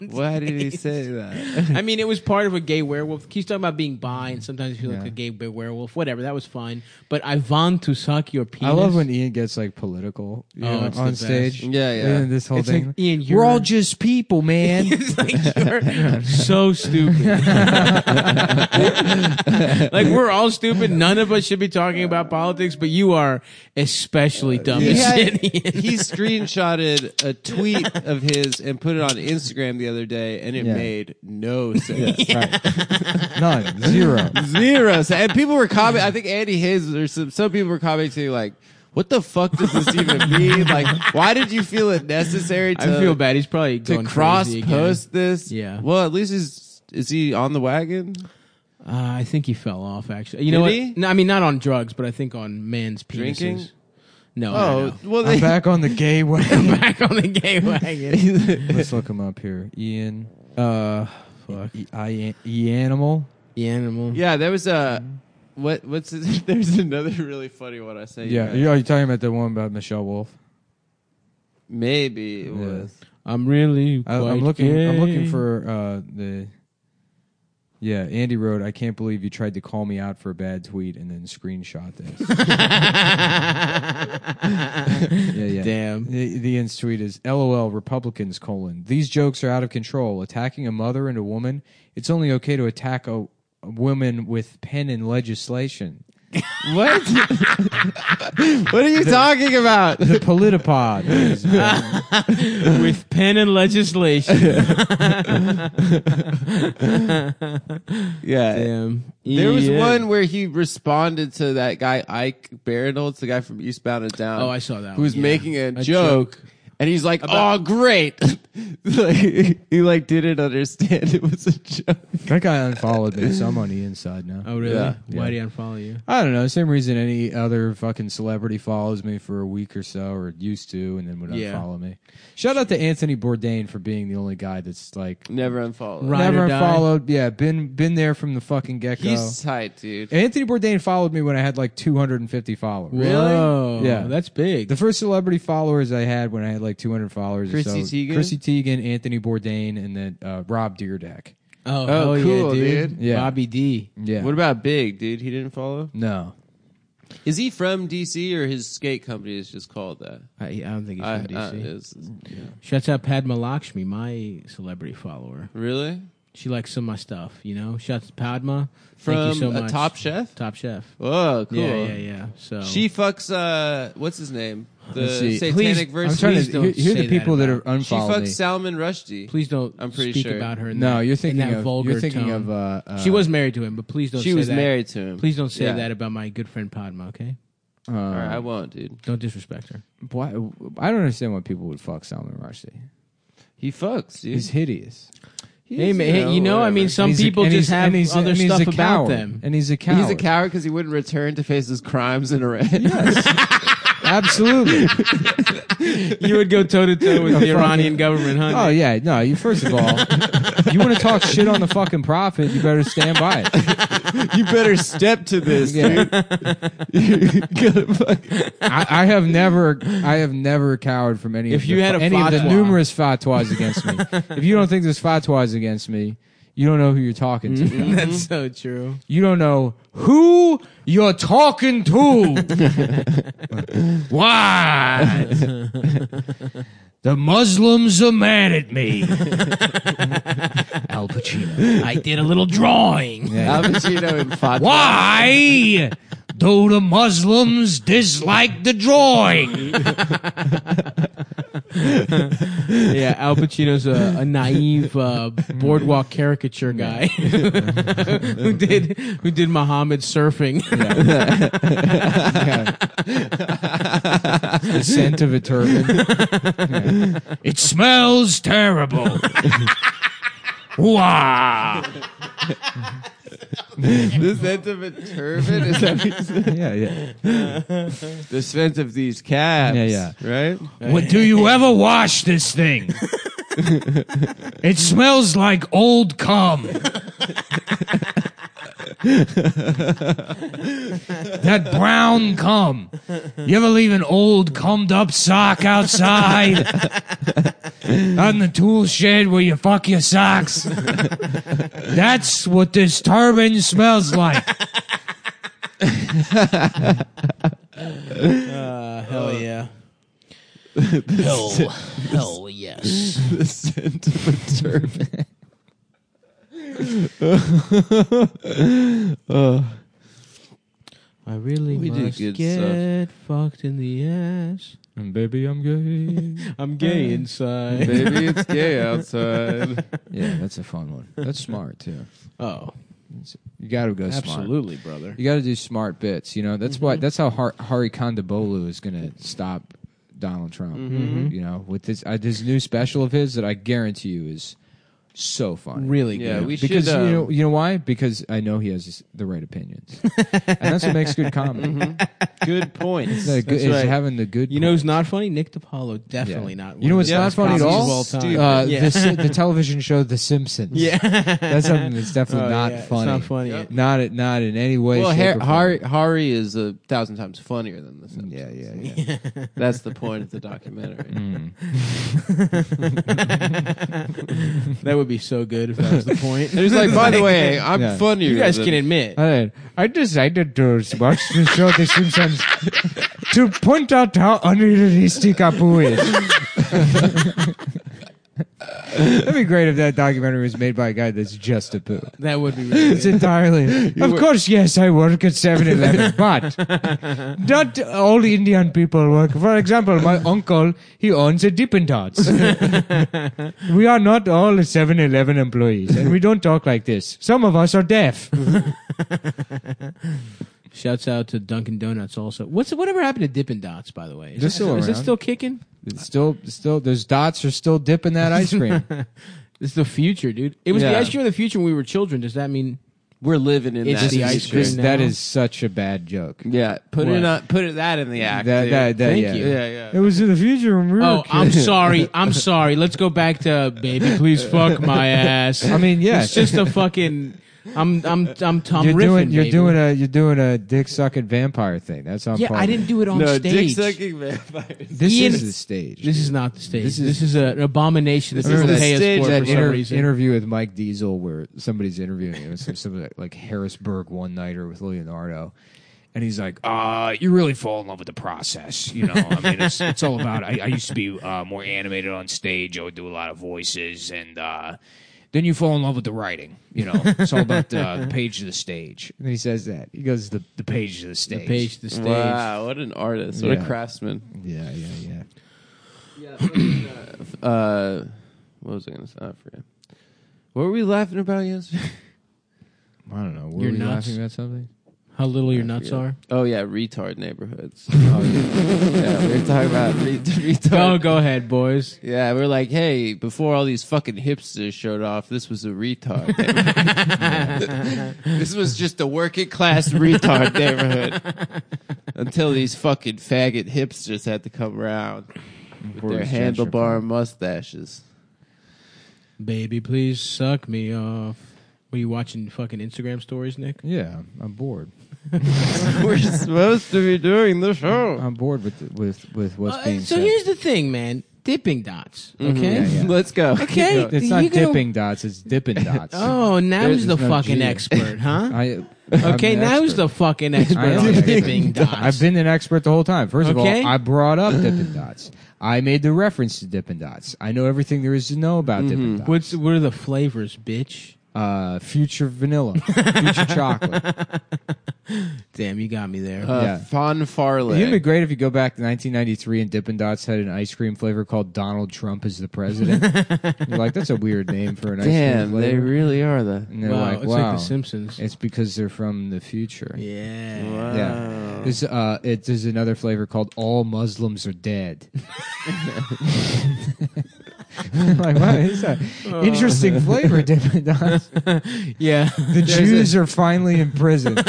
S2: Why did he say that?
S1: I mean, it was part of a gay werewolf. He's talking about being bi, and sometimes you feel like
S3: Yeah.
S1: a gay bi- werewolf. Whatever, that was fine. But I want to suck your penis.
S3: I love when Ian gets like political you
S1: Oh,
S3: know,
S1: it's the
S3: on
S1: best.
S3: stage.
S2: Yeah, yeah.
S3: And this whole
S1: It's
S3: thing.
S1: like, Ian,
S3: We're
S1: you're-
S3: all just people, man.
S1: It's like you're so stupid. like we're all stupid. None of us should be talking about politics, but you are especially dumb
S2: He,
S1: as
S2: had,
S1: shit.
S2: he screenshotted a tweet of his and put it on Instagram the other day, and it
S3: Yeah.
S2: made no sense.
S3: Right. None. Zero.
S2: Zero sense. And people were commenting. I think Andy Hayes or some some people were commenting like, "What the fuck does this even mean? Like, why did you feel it necessary to
S1: I feel bad. He's probably
S2: to
S1: going
S2: cross
S1: crazy again.
S2: post this?"
S1: Yeah.
S2: Well, at least he's is he on the wagon?
S1: Uh, I think he fell off. Actually, you know
S2: Did
S1: what?
S2: he?
S1: No, I mean not on drugs, but I think on man's penises.
S2: Drinking?
S1: No. no,
S2: Oh,
S1: no.
S2: well,
S3: I'm
S2: they,
S3: back on the gay
S1: I'm
S3: wagon.
S1: back on the gay wagon.
S3: Let's look him up here. Ian. Uh, fuck. E- I- E- animal.
S1: the animal.
S2: yeah, there was a what? What's his, there's another really funny one I say.
S3: Yeah. You- Are you talking about the one about Michelle Wolf?
S2: maybe it
S3: Yeah.
S2: was.
S1: I'm really.
S3: I,
S1: quite
S3: I'm looking. I'm looking
S1: gay.
S3: for uh, the. Yeah, Andy wrote, "I can't believe you tried to call me out for a bad tweet and then screenshot this." yeah, yeah.
S1: Damn.
S3: The, the end tweet is LOL Republicans colon. These jokes are out of control. Attacking a mother and a woman. It's only okay to attack a, a woman with pen and legislation.
S2: What? what are you talking about?
S3: The Politipod. is, uh,
S1: with pen and legislation.
S2: Yeah.
S1: Damn.
S2: There was
S1: Yeah.
S2: one where he responded to that guy Ike Barinholtz, the guy from Eastbound and Down.
S1: Oh, I saw that.
S2: Who was
S1: one, yeah.
S2: making a, joke,
S1: joke.
S2: and he's like, "Oh, great!" like, he like didn't understand it was a joke.
S3: that guy unfollowed me, so I'm on the inside now.
S1: Oh, really?
S2: Yeah.
S1: Why do I unfollow you?
S3: I don't know. Same reason any other fucking celebrity follows me for a week or so, or used to, and then would
S1: Yeah.
S3: unfollow me. Shout out to Anthony Bourdain for being the only guy that's like
S2: Never unfollowed.
S1: Right. Ride
S3: never
S1: or die.
S3: followed. Yeah, been been there from the fucking get go.
S2: He's tight, dude.
S3: Anthony Bourdain followed me when I had like 250 followers.
S1: Whoa,
S3: Yeah.
S1: that's big.
S3: The first celebrity followers I had when I had like 200 followers. or
S2: Chrissy
S3: so,
S2: Teigen?
S3: Chrissy Teigen, Anthony Bourdain, and then uh, Rob Deerdeck.
S1: oh,
S2: Oh,
S1: hell
S2: cool,
S1: yeah, dude.
S2: dude.
S3: Yeah.
S1: Bobby D.
S3: Yeah.
S2: What about Big, dude? He didn't follow.
S3: no?
S2: Is he from DC or his skate company is just called that?
S1: I, I don't think he's
S2: I-
S1: from
S2: I-
S1: DC.
S2: it's-
S1: Shouts out Padma Lakshmi, my celebrity follower.
S2: really
S1: She likes some of my stuff, you know. Shouts to Padma.
S2: from
S1: Thank you so
S2: a
S1: much.
S2: Top Chef.
S1: Top Chef.
S2: Oh, cool.
S1: Yeah, yeah, yeah. So
S2: She fucks. Uh, what's his name? The
S3: Let's see.
S2: Satanic
S1: Please-
S3: I'm
S2: verse.
S3: trying
S1: please
S3: to. Here,
S1: don't
S3: here are
S1: say
S3: the
S1: that
S3: people that,
S1: about-
S3: are
S2: She
S3: unfollowing
S2: fucks
S3: me.
S2: Salman Rushdie.
S1: please don't.
S2: I'm pretty
S1: speak
S2: sure.
S1: about her. In
S3: No,
S1: that,
S3: you're thinking
S1: in that
S3: of
S1: vulgar
S3: you're thinking
S1: tone.
S3: of uh, uh,
S1: she was married to him, but please don't.
S2: She
S1: say
S2: was
S1: that.
S2: married to him.
S1: Please don't say
S2: Yeah.
S1: that about my good friend Padma. Okay,
S3: uh,
S2: All right, I won't, dude.
S1: don't disrespect her.
S3: why, I don't understand why people would fuck Salman Rushdie.
S2: He fucks, dude.
S3: He's hideous.
S1: Hey, man, hey, you know, I mean, some
S3: He's a-
S1: people
S3: and
S1: just
S3: he's-
S1: have
S3: and he's a-
S1: other
S3: and he's a
S1: stuff about
S3: coward.
S1: them.
S3: and he's a coward.
S2: He's a coward because he wouldn't return to face his crimes in Iran.
S3: Absolutely.
S1: you would go toe to toe with the Iranian government, huh?
S3: oh yeah. No. You first of all, you want to talk shit on the fucking prophet? You better stand by it.
S2: you better step to this,
S3: Yeah.
S2: dude. You gotta fucking-
S3: I, I have never, I have never cowered from any.
S1: If
S3: of
S1: you
S3: the,
S1: had a
S3: any of the
S1: fatwa.
S3: numerous fatwas against me, if you don't think there's fatwas against me, you don't know who you're talking
S1: Mm-hmm.
S3: to.
S1: That's so true.
S3: You don't know who you're talking to. Why? the Muslims are mad at me. Al Pacino.
S1: I did a little drawing.
S2: Al Pacino and Fatma.
S3: Why do the Muslims dislike the drawing?
S1: Yeah, Al Pacino's a, a naive uh, boardwalk caricature guy who did who did Muhammad surfing.
S3: the scent of a turban.
S5: It smells terrible. Wow.
S2: The scent of a turban is that what you said?
S3: Yeah, yeah.
S2: the scent of these caps.
S3: Yeah,
S2: Right?
S5: What, do you ever wash this thing? it smells like old cum. that brown cum. You ever leave an old cummed up sock outside on the tool shed where you fuck your socks? That's what this turban smells like.
S1: Uh, hell yeah.
S5: Hell, hell yes.
S2: The scent of a turban.
S3: Uh.
S1: I really
S2: We did
S1: must
S2: good
S1: get fucked in the ass.
S3: And baby, I'm gay.
S1: I'm gay
S3: Uh.
S1: inside.
S2: Baby, it's gay outside.
S3: Yeah, that's a fun one. That's smart too.
S1: Oh,
S3: You got to go smart.
S1: absolutely, brother.
S3: You got to do smart bits. You know, that's why. That's how Har- Hari Kondabolu is going to stop Donald Trump. You know, with this uh, this new special of his that I guarantee you is so funny.
S1: Really
S2: Yeah,
S1: good.
S2: we should.
S3: Because
S2: um,
S3: you know, you know why? Because I know he has the right opinions, and that's what makes good comedy.
S2: uh, good points.
S3: It's that good-
S2: That's
S3: it's
S2: right.
S3: having the good.
S1: You know
S3: points.
S1: who's not funny? Nick DiPaolo, definitely
S3: Yeah.
S1: not.
S3: You know
S1: one
S3: what's
S1: of the
S3: not
S1: best
S3: funny at
S1: comedians
S3: all?
S1: of all time.
S2: Stupid.
S3: uh,
S1: yeah.
S3: the, si- the television show The Simpsons.
S1: yeah.
S3: that's something that's definitely
S1: Oh,
S3: not
S1: yeah, it's
S3: funny.
S1: not funny.
S3: Not it- not in any way.
S2: Well,
S3: shape, or
S2: Har-
S3: form.
S2: Hari, Hari is a thousand times funnier than the Simpsons.
S3: Yeah, yeah, yeah.
S2: That's the point of the documentary.
S1: That would be so good if that was the Uh, point.
S2: There's like, by the way, I'm
S3: Yeah.
S2: funnier.
S1: you guys
S2: than-
S1: can admit.
S3: Alright, I decided to watch the show The Simpsons to point out how unrealistic Apu is. That'd be great if that documentary was made by a guy that's just a poo.
S1: That would be really
S3: It's
S1: good.
S3: entirely. of course, yes, I work at 7 Eleven, but not all Indian people work. For example, my uncle, he owns a Dippin' Dots. we are not all 7 Eleven employees, and we don't talk like this. Some of us are deaf.
S1: Shouts out to Dunkin' Donuts also. What's whatever happened to Dippin' Dots, by the way? Is,
S3: They're
S1: that-
S3: still
S1: is that
S3: around.
S1: still kicking?
S3: It's still, still, those dots are still dipping that ice cream.
S1: It's the future, dude. It was the
S2: Yeah.
S1: ice cream of the future when we were children. Does that mean
S2: We're living in
S1: It's
S2: that
S1: the
S2: future.
S1: ice
S3: This-
S1: cream.
S3: that
S1: now?
S3: is such a bad joke.
S2: Yeah, put
S1: What?
S2: it on, put it that in the act.
S3: That,
S2: dude.
S3: that, that,
S1: Thank
S3: yeah.
S1: you.
S2: yeah, yeah.
S3: It was in the future when we were.
S1: Oh, I'm
S3: kids.
S1: sorry. I'm sorry. Let's go back to baby. Please fuck my ass.
S3: I mean, yeah.
S1: it's just a fucking. I'm I'm I'm Tom.
S3: you're
S1: riffing,
S3: doing, you're
S1: baby.
S3: doing a, you're doing a dick sucking vampire thing. That's on.
S1: Yeah,
S3: par
S1: I
S3: with
S1: didn't
S3: it.
S1: do it on
S2: no, dick
S1: stage.
S2: sucking vampires.
S3: This
S1: Ian-
S3: is the stage.
S1: This is not the stage. This
S3: This
S1: is,
S3: is-
S1: an abomination that
S2: This is
S1: people
S2: the
S1: pay
S2: stage
S1: us for
S2: that
S1: for some
S3: Inter-
S1: reason.
S3: interview with Mike Diesel where somebody's interviewing him. It's something like, like Harrisburg one nighter with Leonardo. And he's like,
S5: uh, you really fall in love with the process. You know, I mean, it's, it's all about. I, I used to be uh, more animated on stage. I would do a lot of voices, and uh, then you fall in love with the writing. You know, it's all about uh, the page to the stage.
S3: and he says that. He goes, the,
S5: The page to the stage.
S1: Page the stage.
S2: Wow, what an artist! What a
S3: Yeah.
S2: craftsman.
S3: yeah, yeah, yeah.
S2: Uh, what was I going to say? I forget. What were we laughing about yesterday?
S3: I don't know. Were
S1: You're
S3: we
S1: nuts.
S3: laughing about something?
S1: How little your nuts are?
S2: Oh yeah, retard neighborhoods. oh, yeah. yeah, we were talking about re- retard.
S1: Go, go ahead, boys.
S2: Yeah, we were like, hey, before all these fucking hipsters showed off, this was a retard. neighborhood. this was just a working class retard neighborhood until these fucking faggot hipsters had to come around with their handlebar mustaches.
S1: Baby, please suck me off. Were you watching fucking Instagram stories, Nick?
S3: Yeah, I'm bored.
S2: we're supposed to be doing the show.
S3: I'm bored with with with what's
S1: Uh,
S3: being
S1: so
S3: said.
S1: here's the thing, man. Dipping dots. Okay.
S2: Let's go.
S1: Okay.
S3: it's not
S1: you gonna-
S3: dipping dots. It's dipping dots.
S1: Oh, now
S3: There's
S1: who's the
S3: no
S1: fucking
S3: G.
S1: expert, huh?
S3: I, I'm
S1: okay,
S3: an
S1: now who's
S3: expert.
S1: the fucking expert
S3: I am
S1: on
S3: an expert.
S1: dipping dots?
S3: I've been an expert the whole time. First of
S1: Okay.
S3: all, I brought up Dippin' Dots. I made the reference to Dippin' Dots. I know everything there is to know about Dippin' Dots.
S1: Mm-hmm. What's what are the flavors, bitch?
S3: uh, future vanilla, future chocolate?
S1: Damn, you got me there.
S2: Uh,
S3: Yeah.
S2: Fon Farley.
S3: It'd be great if you go back to 1993 and Dippin' Dots had an ice cream flavor called Donald Trump is the president. You're like, that's a weird name for an ice
S2: Damn,
S3: cream
S2: they
S3: flavor.
S2: really are the.
S3: and
S1: wow,
S3: they're like,
S1: it's
S3: wow,
S1: like The Simpsons.
S3: it's because they're from the future.
S1: yeah.
S3: Yeah. There's, uh, it, there's another flavor called All Muslims Are Dead. like, what is that? Interesting flavor, Dippin' Dots.
S1: Uh. Yeah.
S3: The Jews are finally in prison. Guys,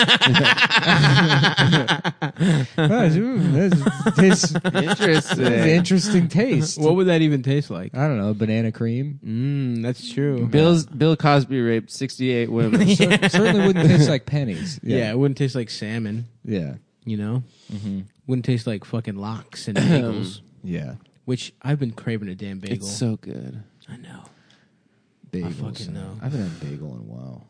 S3: ooh, this, this- this
S2: Interesting.
S3: is interesting taste.
S1: what would that even taste like?
S3: I don't know, banana cream?
S1: Mm, that's true.
S2: Bill's Bill Cosby raped 68 women.
S3: Cer- certainly wouldn't taste like pennies.
S1: Yeah. it wouldn't taste like salmon,
S3: Yeah.
S1: you know? Wouldn't taste like fucking locks and bagels,
S3: Yeah.
S1: which I've been craving a damn bagel.
S2: it's so good.
S1: I know.
S3: Bagels.
S1: fucking know.
S3: I haven't had a bagel in a while.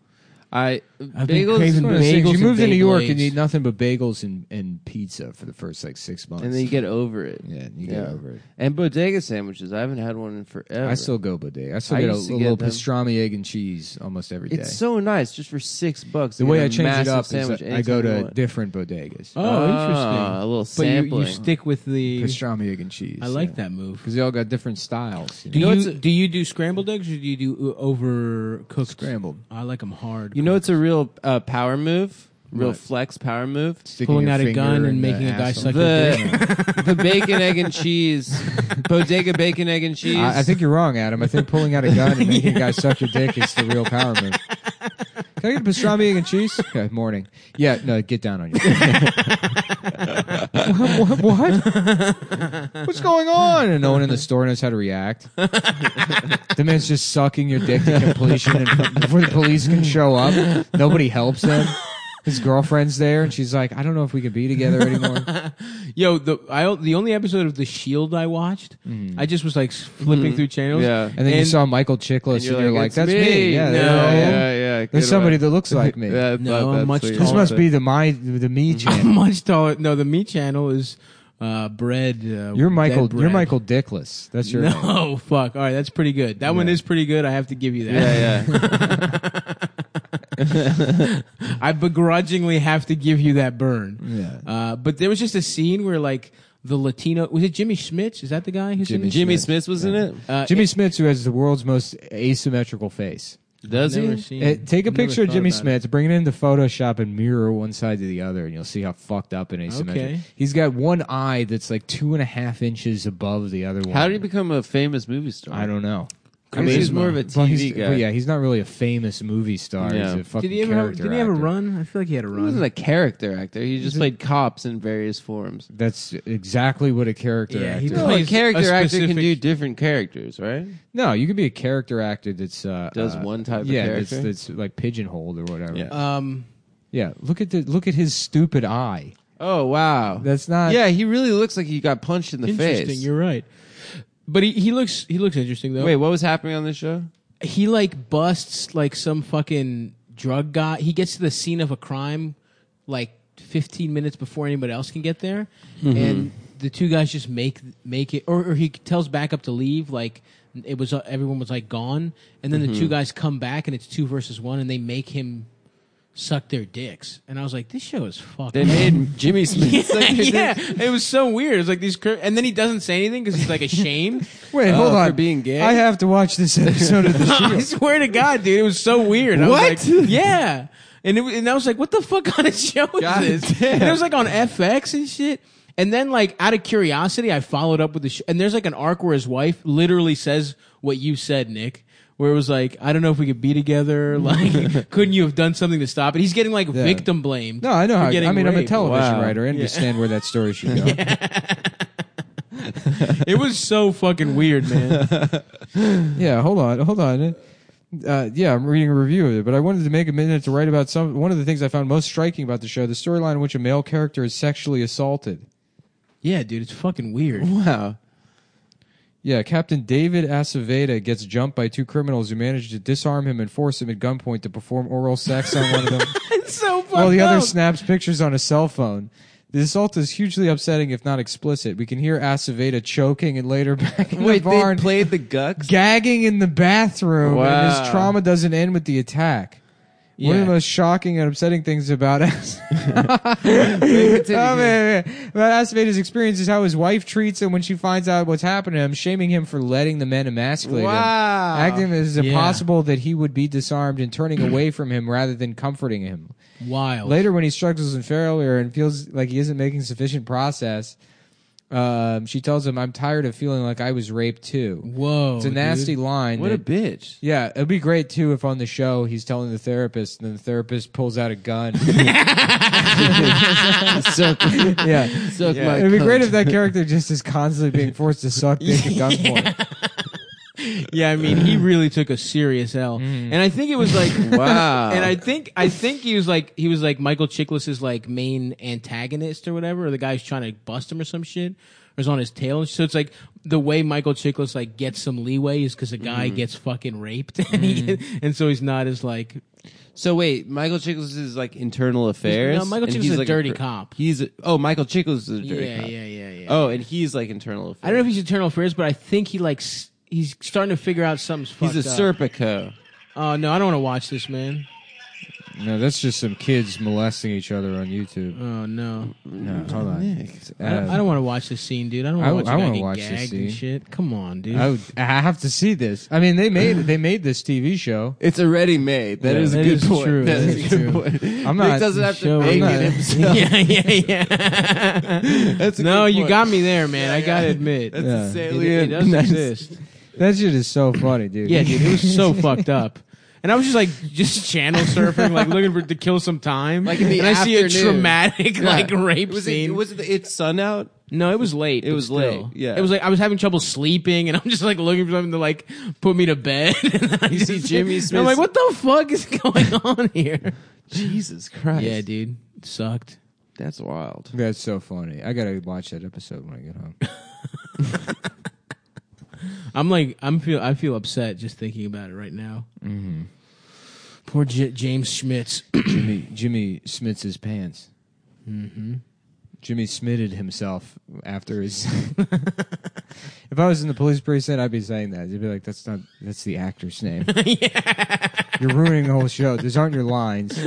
S2: I
S1: I've been
S2: bagels
S1: craving
S3: That's what I'm saying.
S1: bagels
S3: You
S1: and
S3: moved to New
S1: bagel
S3: York and
S1: eggs.
S3: you eat nothing but bagels and, and pizza for the first like six months.
S2: and then you get over it.
S3: yeah, and you get over it.
S2: And bodega sandwiches. I haven't had one in forever.
S3: I still go bodega. I still
S2: I
S3: get a,
S2: used to
S3: a little
S2: get them.
S3: pastrami, egg, and cheese almost every day.
S2: It's so nice just for 6 bucks.
S3: the
S2: You
S3: way
S2: get
S3: I
S2: a
S3: change it
S2: massive
S3: up
S2: sandwich
S3: is I- I go
S2: anytime you
S3: to
S2: want.
S3: different bodegas.
S1: Oh,
S2: Ah, A
S1: interesting. But
S2: little
S1: you,
S2: sampling.
S1: you stick with the.
S3: pastrami, egg, and cheese.
S1: I like that move.
S3: because they all got different styles. You
S1: Do
S3: know?
S1: you,
S2: know what's a-
S1: do you do scrambled eggs or do you do uh, overcooked?
S3: Scrambled.
S1: I like them hard.
S2: You know it's a real uh, power move, real
S3: What?
S2: flex power move.
S3: Sticking
S1: pulling
S3: your
S1: out a
S3: finger
S1: gun
S3: in
S1: and
S3: the
S1: making a guy
S3: asshole.
S1: suck
S2: The the bacon egg and cheese, bodega bacon egg and cheese.
S3: I, I think you're wrong, Adam. I think pulling out a gun and making a guy suck your dick is the real power move. Can I get a pastrami, egg, and cheese? Okay, morning. Yeah, no, get down on your. what, what, what? What's going on? And no one in the store knows how to react. the man's just sucking your dick to completion, and before the police can show up, nobody helps them. His girlfriend's there, and she's like, "I don't know if we can be together anymore."
S1: Yo, the I, the only episode of The Shield I watched, I just was like flipping
S3: Mm-hmm.
S1: through channels.
S2: Yeah.
S3: And then you
S1: And-
S3: saw Michael Chiklis, and you're, like,
S2: "It's
S3: "That's me. Yeah,
S2: no,
S3: there I am.
S2: yeah, yeah. good
S3: There's somebody
S2: one.
S3: that looks like me.
S2: Yeah, I
S1: No,
S2: thought
S1: I'm
S2: that's
S1: much
S2: what you
S3: This
S1: taller.
S3: must
S2: said.
S3: be the my the me channel.
S1: much taller. No, the Me channel is uh, bread. Uh,
S3: You're Michael.
S1: dead bread.
S3: You're Michael Dickless. That's your name.
S1: No, fuck. All right, that's pretty good. That one is pretty good. I have to give you that.
S2: Yeah, yeah.
S1: I begrudgingly have to give you that burn.
S3: Yeah.
S1: Uh, but there was just a scene where like the Latino was it Jimmy Schmitz? Is that the guy who's in it?
S2: Jimmy Smith was in it.
S1: Uh,
S3: Jimmy Smith, who has the world's most asymmetrical face.
S2: Does
S1: I've never
S2: he?
S1: seen
S3: Eh, take a
S1: I've never
S3: picture of
S1: thought
S3: Jimmy
S1: about it.
S3: Smith, bring it into Photoshop, and mirror one side to the other, and you'll see how fucked up and asymmetrical.
S1: Okay.
S3: He's got one eye that's like two and a half inches above the other one.
S2: How did he become a famous movie star?
S3: I don't know.
S2: I mean, he's more of a
S3: Well, he's-
S2: TV guy.
S3: well, yeah, he's not really a famous movie star.
S2: Yeah.
S3: He's a fucking
S1: Did he ever have,
S3: character
S1: did he ever
S3: actor.
S1: run? I feel like he had a
S2: He
S1: run.
S2: wasn't a character actor. He just played cops in various forms.
S3: That's exactly what a character
S1: Yeah,
S3: actor.
S1: he
S3: is.
S1: No,
S2: No,
S1: plays
S2: a
S1: a
S2: character actor
S1: specific-
S2: can do different characters, right?
S3: No, you could be a character actor that's uh,
S2: Does
S3: uh,
S2: one type of
S3: yeah,
S2: character?
S3: that's, that's like pigeonholed or whatever.
S2: Yeah.
S1: um,
S3: Yeah, Look at the look at his stupid eye.
S2: Oh wow,
S3: That's not.
S2: yeah. He really looks like he got punched in the
S1: interesting.
S2: face.
S1: You're right. But he, he looks he looks interesting though.
S2: Wait, what was happening on this show?
S1: he like busts like some fucking drug guy. He gets to the scene of a crime like 15 minutes before anybody else can get there,
S2: Mm-hmm.
S1: and the two guys just make make it. Or, or he tells backup to leave. Like it was uh, everyone was like gone, and then
S2: Mm-hmm.
S1: the two guys come back, and it's two versus one, and they make him suck their dicks. And I was like, this show is fucked.
S2: They
S1: up.
S2: made Jimmy Smith.
S1: yeah,
S2: suck your dick.
S1: it was so weird. It was like these, cri- and then he doesn't say anything because he's like ashamed.
S3: Wait,
S2: Oh,
S3: hold
S2: for
S3: on.
S2: being gay?
S3: I have to watch this episode of the.
S1: I swear to God, dude, it was so weird. I was
S2: What?
S1: like, yeah. and it was- and I was like, what the fuck kind of show is
S2: God
S1: this?
S2: damn.
S1: And it was like on FX and shit. And then like out of curiosity, I followed up with the sh- and there's like an arc where his wife literally says what you said, Nick. Where it was like, I don't know if we could be together. Like, couldn't you have done something to stop it? He's getting like victim blamed.
S3: No, I know.
S1: for
S3: How, I
S1: getting
S3: mean, I'm a
S1: raped.
S3: television
S2: Wow.
S3: writer. I understand where that story should go. yeah.
S1: It was so fucking weird, man.
S3: hold on, hold on. Uh, yeah, I'm reading a review of it, but I wanted to make a minute to write about some. One of the things I found most striking about the show: the storyline in which a male character is sexually assaulted.
S1: yeah, dude, it's fucking weird.
S2: Wow.
S3: Yeah, Captain David Aceveda gets jumped by two criminals who manage to disarm him and force him at gunpoint to perform oral sex on one of them.
S1: so
S2: Oh,
S1: fucked
S3: While the other
S1: up.
S3: snaps pictures on a cell phone. The assault is hugely upsetting, if not explicit. We can hear Aceveda choking and later back in
S2: Wait,
S3: the barn,
S2: they played the Gucks?
S3: gagging in the bathroom, and his
S2: Wow.
S3: trauma doesn't end with the attack. One of the
S1: Yeah.
S3: most shocking and upsetting things about Ace- Oh, man, man. about Aceveda's experience is how his wife treats him when she finds out what's happened to him, shaming him for letting the men emasculate
S2: Wow.
S3: him, acting as
S1: Yeah.
S3: impossible that he would be disarmed and turning away from him rather than comforting him.
S1: Wild.
S3: Later, when he struggles in failure and feels like he isn't making sufficient process, um, she tells him, "I'm tired of feeling like I was raped too."
S1: Whoa.
S3: it's a nasty line.
S2: Oh, What a
S3: that-
S2: bitch.
S3: yeah, it'd be great too if on the show he's telling the therapist, and then the therapist pulls out a gun.
S2: Suck,
S3: yeah,
S2: suck
S3: it'd be great if that character just is constantly being forced to suck dick at gunpoint.
S1: dude. Yeah, I mean, he really took a serious L,
S2: Mm-hmm.
S1: and I think it was like
S2: Wow.
S1: And I think I think he was like he was like Michael Chiklis's like main antagonist or whatever, or the guy who's trying to bust him or some shit, or is on his tail. So it's like the way Michael Chiklis like gets some leeway is because the guy gets fucking raped, and, he,
S2: Mm-hmm.
S1: and so he's not as like
S2: So wait, Michael Chiklis is like internal affairs.
S1: no, Michael
S2: and
S1: Chiklis
S2: he's
S1: is a
S2: like
S1: dirty
S2: cr-
S1: cop.
S2: He's a, oh, Michael Chiklis is a dirty
S1: yeah,
S2: cop.
S1: yeah, yeah, yeah.
S2: Oh, and he's like internal affairs.
S1: I don't know if he's internal affairs, but I think he like s- he's starting to figure out something's fucked
S2: he's a
S1: up.
S2: Serpico.
S1: Oh no, I don't want to watch this, man.
S3: no, that's just some kids molesting each other on YouTube.
S1: Oh no,
S3: No, hold on. uh,
S1: I don't, I don't want to watch this scene, dude. I don't want
S3: I-
S1: to watch.
S3: I
S1: I want
S3: wanna
S1: to watch
S3: watch this
S1: gagged
S3: scene.
S1: and shit. Come on, dude.
S3: I, would, I have to see this. I mean, they made they made this TV show.
S2: It's already made. That
S3: Yeah,
S2: is a
S1: that
S2: good
S1: is
S2: point.
S1: true.
S2: That
S1: That
S2: is
S3: is
S2: a good
S3: true.
S2: point.
S3: I'm not-
S2: Nick doesn't have
S1: Show-
S2: to make
S1: I'm
S2: it
S1: not-
S2: himself.
S1: yeah, yeah, yeah.
S2: That's a
S1: no,
S2: good
S1: you
S2: point.
S1: got me there, man. I gotta admit,
S2: That's
S3: Yeah.
S2: a
S1: it,
S2: salient.
S1: it does
S2: that's-
S1: exist.
S3: That shit is so funny, dude.
S1: Yeah, dude, it was so fucked up. And I was just like, just channel surfing, like looking for to kill some time.
S2: Like in the
S1: and I see a
S2: afternoon.
S1: traumatic like rape
S2: was
S1: scene.
S2: It, was it the It's Sun Out?
S1: No, it was late.
S2: It
S1: but
S2: was
S1: still.
S2: late, yeah.
S1: it was like I was having trouble sleeping, and I'm just like looking for something to like put me to bed. and I
S2: You see
S1: just-
S2: Jimmy
S1: and I'm
S2: Smith's-
S1: like, what the fuck is going on here?
S2: Jesus Christ.
S1: yeah, dude, it sucked.
S2: That's wild.
S3: That's so funny. I gotta watch that episode when I get home.
S1: I'm like, I'm feel, I feel upset just thinking about it right now. Mm-hmm. Poor J- James Schmitz.
S3: Jimmy Jimmy smits his pants. Mm-hmm. Jimmy smitted himself after his. if I was in the police precinct, I'd be saying that. They'd be like, "That's not. That's the actor's name. You're ruining the whole show. These aren't your lines.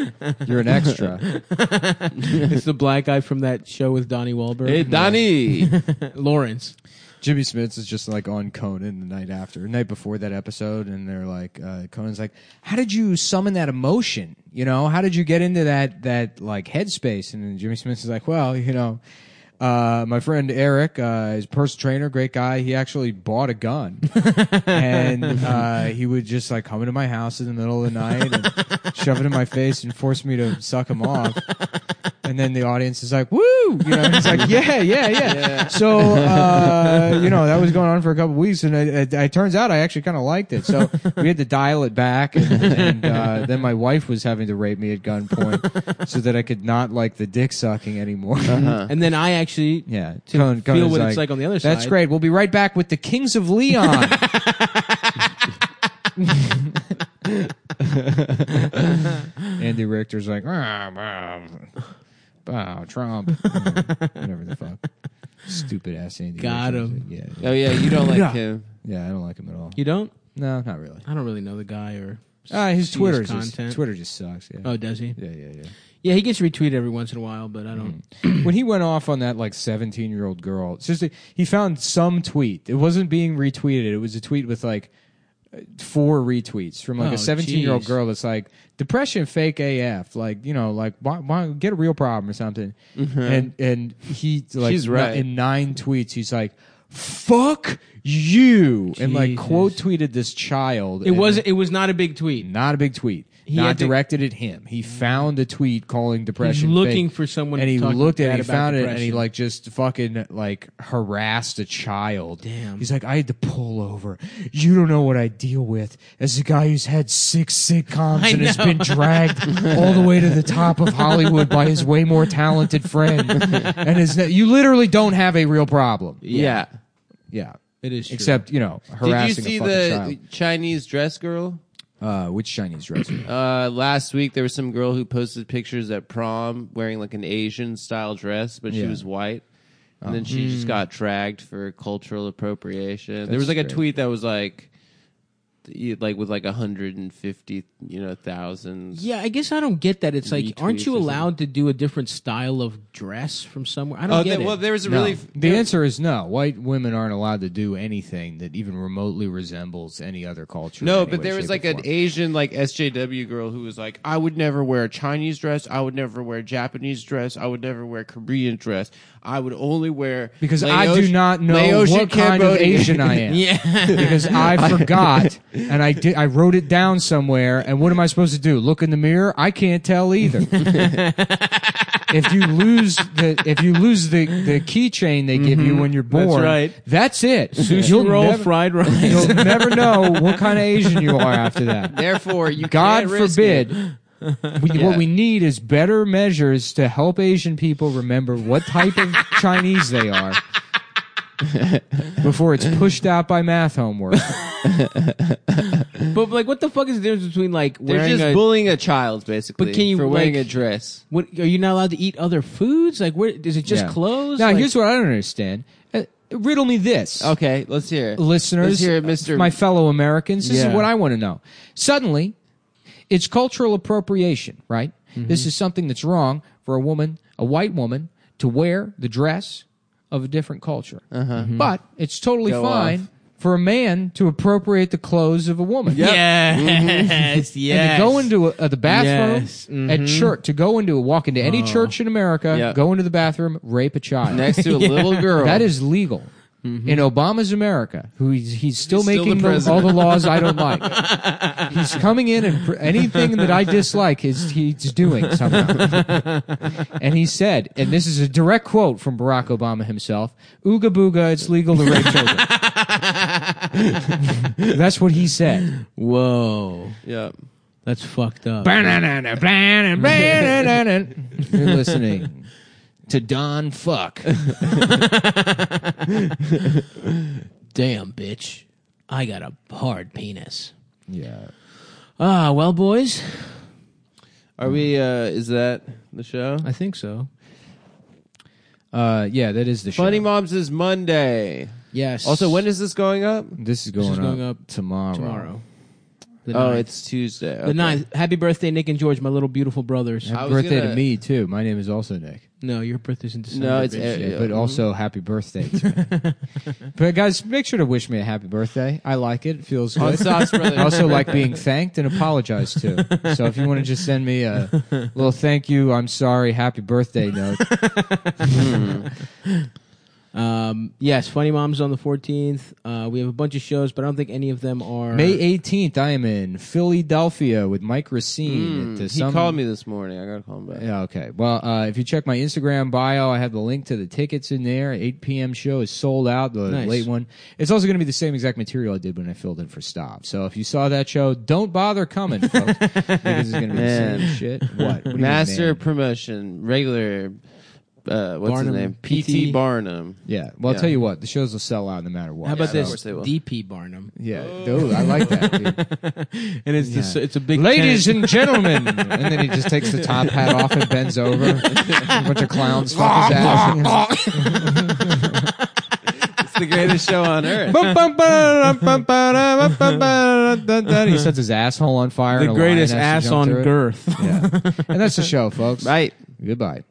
S3: You're an extra.
S1: it's the black guy from that show with Donnie Wahlberg.
S2: Hey, Donnie.
S1: Lawrence.
S3: Jimmy Smits is just like on Conan the night after, night before that episode, and they're like, uh, Conan's like, "How did you summon that emotion? You know, how did you get into that that like headspace?" And then Jimmy Smits is like, "Well, you know." Uh, my friend Eric, uh, his personal trainer, great guy. He actually bought a gun, and uh, he would just like come into my house in the middle of the night and shove it in my face and force me to suck him off and then the audience is like, "Woo!" You know, and it's like, "Yeah, yeah, yeah." So, uh, you know, that was going on for a couple weeks, and it, it, it turns out I actually kind of liked it. So we had to dial it back, and, and uh, then my wife was having to rape me at gunpoint so that I could not like the dick sucking anymore.
S2: Uh.
S1: And then I actually
S3: Yeah,
S1: to
S3: Conan-
S1: feel
S3: Conan's
S1: what it's like on the other
S3: That's
S1: side."
S3: great. We'll be right back with the Kings of Leon. Andy Richter's like, "Ah, bah, bah, Trump, whatever the fuck, stupid ass Andy.
S1: Got
S3: Richter.
S1: him.
S3: Yeah, yeah,
S2: oh, yeah, you don't like him.
S3: yeah. I don't like him at all.
S1: You don't?
S3: No, not really.
S1: I don't really know the guy or.
S3: Uh, his
S1: see
S3: Twitter
S1: his
S3: just
S1: content.
S3: Twitter just sucks. Yeah,
S1: Oh, does he?
S3: yeah, yeah, yeah.
S1: Yeah, he gets retweeted every once in a while, but I
S2: Mm.
S1: don't.
S3: when he went off on that like seventeen year old girl, seriously, he found some tweet. It wasn't being retweeted. It was a tweet with like. four retweets from like
S1: Oh,
S3: a 17 year old
S1: jeez.
S3: girl that's like depression fake AF like you know like why, why get a real problem or something
S1: Mm-hmm.
S3: and and he like
S2: She's right.
S3: in nine tweets he's like fuck you and like
S1: Jesus.
S3: quote tweeted this child
S1: It was it was not a big tweet.
S3: not a big tweet
S1: had
S3: not
S1: to-
S3: directed at him he found a tweet calling depression
S1: looking
S3: fake,
S1: for someone
S3: and he
S1: talking
S3: looked at
S1: bad
S3: it he
S1: about
S3: found it and he
S1: depression.
S3: like just fucking like harassed a child
S1: Damn.
S3: he's like i had to pull over you don't know what i deal with as a guy who's had six sitcoms
S1: I
S3: and has
S1: know.
S3: been dragged all the way to the top of hollywood by his way more talented friend and is you literally don't have a real problem
S2: Yeah.
S3: yeah
S1: It is true.
S3: except you know
S2: Did you
S3: harassing
S2: see
S3: a fucking
S2: the
S3: child
S2: Chinese dress girl?
S3: uh, which chinese dresser
S2: Uh, last week there was some girl who posted pictures at prom wearing like an Asian style dress, but she
S3: Yeah. Oh. Hmm.
S2: was white. And then she just got dragged for cultural appropriation. there
S3: That's
S2: was like
S3: great.
S2: a tweet that was like, you- like with like 150, you know, thousands.
S1: Yeah, I guess I don't get that. It's like, aren't
S2: Retweets
S1: you
S2: or something.
S1: allowed to do a different style of dress from somewhere? I don't
S2: Oh,
S1: get
S2: th-
S1: it.
S2: well, there was a
S3: No.
S2: really
S3: the answer is no. White women aren't allowed to do anything that even remotely resembles any other culture. in
S2: No,
S3: any
S2: but
S3: way,
S2: there was
S3: shape,
S2: like
S3: or
S2: an
S3: form.
S2: Asian like SJW girl who was like, I would never wear a Chinese dress, I would never wear a Japanese dress, I would never wear a Korean dress. I would only wear
S3: because
S2: Laotian-
S3: I do not know
S2: Laotian
S3: what kind of
S2: Cambodian.
S3: Asian I am.
S1: yeah,
S3: Because I forgot and I did, I wrote it down somewhere. And what am I supposed to do? Look in the mirror? I can't tell either. if you lose the if you lose the the keychain they give you when you're born,
S2: Mm-hmm. right.
S3: that's it. You'll
S1: sushi roll,
S3: never-
S1: fried rice.
S3: You'll never know what kind of Asian you are after that.
S2: Therefore, you
S3: God
S2: can't risk
S3: forbid.
S2: it.
S3: We, What we need is better measures to help Asian people remember what type of Chinese they are before it's pushed out by math homework.
S1: but like, what the fuck is the difference between like
S2: They're
S1: wearing
S2: just
S1: a?
S2: bullying a child basically
S1: But can you,
S2: for wearing
S1: like-
S2: a dress.
S1: what, are you not allowed to eat other foods? Like, where is it just
S3: Yeah.
S1: clothes?
S3: Now,
S1: Like-
S3: here's what I don't understand. Uh, riddle me this.
S2: Okay, let's hear it.
S3: listeners,
S2: let's hear it, Mr.
S3: my fellow Americans, this
S2: Yeah.
S3: is what I want to know. Suddenly, it's cultural appropriation, right?
S2: Mm-hmm.
S3: This is something that's wrong for a woman, a white woman, to wear the dress of a different culture. But it's totally
S2: Uh-huh. Mm-hmm. Go
S3: fine
S2: off.
S3: for a man to appropriate the clothes of a woman.
S1: Yes, yes.
S3: And to go into a, uh, the bathroom
S1: Yes.
S2: Mm-hmm.
S3: at church, to go into walk into any church in America,
S2: Yeah.
S3: go into the bathroom, rape a child.
S2: Oh. next to a little girl. Mm-hmm.
S3: That is legal. In Obama's America, who he's, he's still
S2: Still the
S3: making the- all
S2: president.
S3: the laws I don't like. he's coming in and pr- anything that I dislike is he's doing somehow. and he said, and this is a direct quote from Barack Obama himself: "Ooga booga, it's legal to rape children." That's what he said.
S1: Whoa,
S2: yeah.
S1: that's fucked up.
S3: You're listening to Don Fuck.
S1: Damn, bitch, I got a hard penis.
S3: Yeah.
S1: Ah, well, boys,
S2: Are we? uh Is that the show?
S1: I think so.
S3: Uh, yeah, that is the show.
S2: Funny Moms is Monday.
S1: Yes.
S2: Also, when is this going up?
S3: This is going,
S1: is going
S3: up,
S1: up
S3: tomorrow.
S1: tomorrow? The
S2: Oh,
S1: ninth.
S2: it's Tuesday.
S1: the ninth. Happy birthday, Nick and George, my little beautiful brothers.
S2: I
S3: Happy
S2: was
S3: birthday
S2: gonna-
S3: to me too. My name is also Nick.
S1: No, your birthday's in December.
S2: No, it's
S1: bitch.
S2: uh,
S3: Yeah, but also happy birthday to me. but guys, make sure to wish me a happy birthday. I like it. It feels
S2: on
S3: good.
S2: Socks
S3: I
S2: Brothers.
S3: also like being thanked and apologized to. So if you want to just send me a little thank you, I'm sorry, happy birthday note. uh,
S1: Um, yes, Funny Moms on the 14th. Uh, we have a bunch of shows, but I don't think any of them are.
S3: May 18th, I am in Philadelphia with Mike Racine.
S2: Mm,
S3: at the
S2: he
S3: Some-
S2: called me this morning. I gotta call him back.
S3: Yeah, okay. Well, uh, if you check my Instagram bio, I have the link to the tickets in there. 8 p.m. show is sold out, the
S1: Nice.
S3: late one. It's also going to be the same exact material I did when I filled in for Stop. So if you saw that show, don't bother coming, folks, because it's going to be the
S2: Man.
S3: same shit. What? What do you mean,
S2: Master
S3: man?
S2: of promotion, regular. Uh, what's
S1: Barnum,
S2: his name?
S1: PT.
S2: PT Barnum.
S3: Yeah. Well, I'll
S2: Yeah.
S3: tell you what, the shows will sell out no matter what.
S1: How about
S2: Yeah, of
S1: this?
S2: course they will.
S1: DP Barnum.
S3: Yeah. Dude, I like that. dude.
S1: And it's
S3: this-
S1: it's a big
S3: Ladies and gentlemen. and then he just takes the top hat off and bends over. a bunch of clowns fuck his ass.
S2: It's the greatest show on earth.
S3: he sets his asshole on fire.
S1: the
S3: and a
S1: greatest
S3: lion
S1: ass
S3: has to jump
S1: on
S3: through it.
S1: girth.
S3: Yeah. And that's the show, folks.
S2: Right.
S3: Goodbye.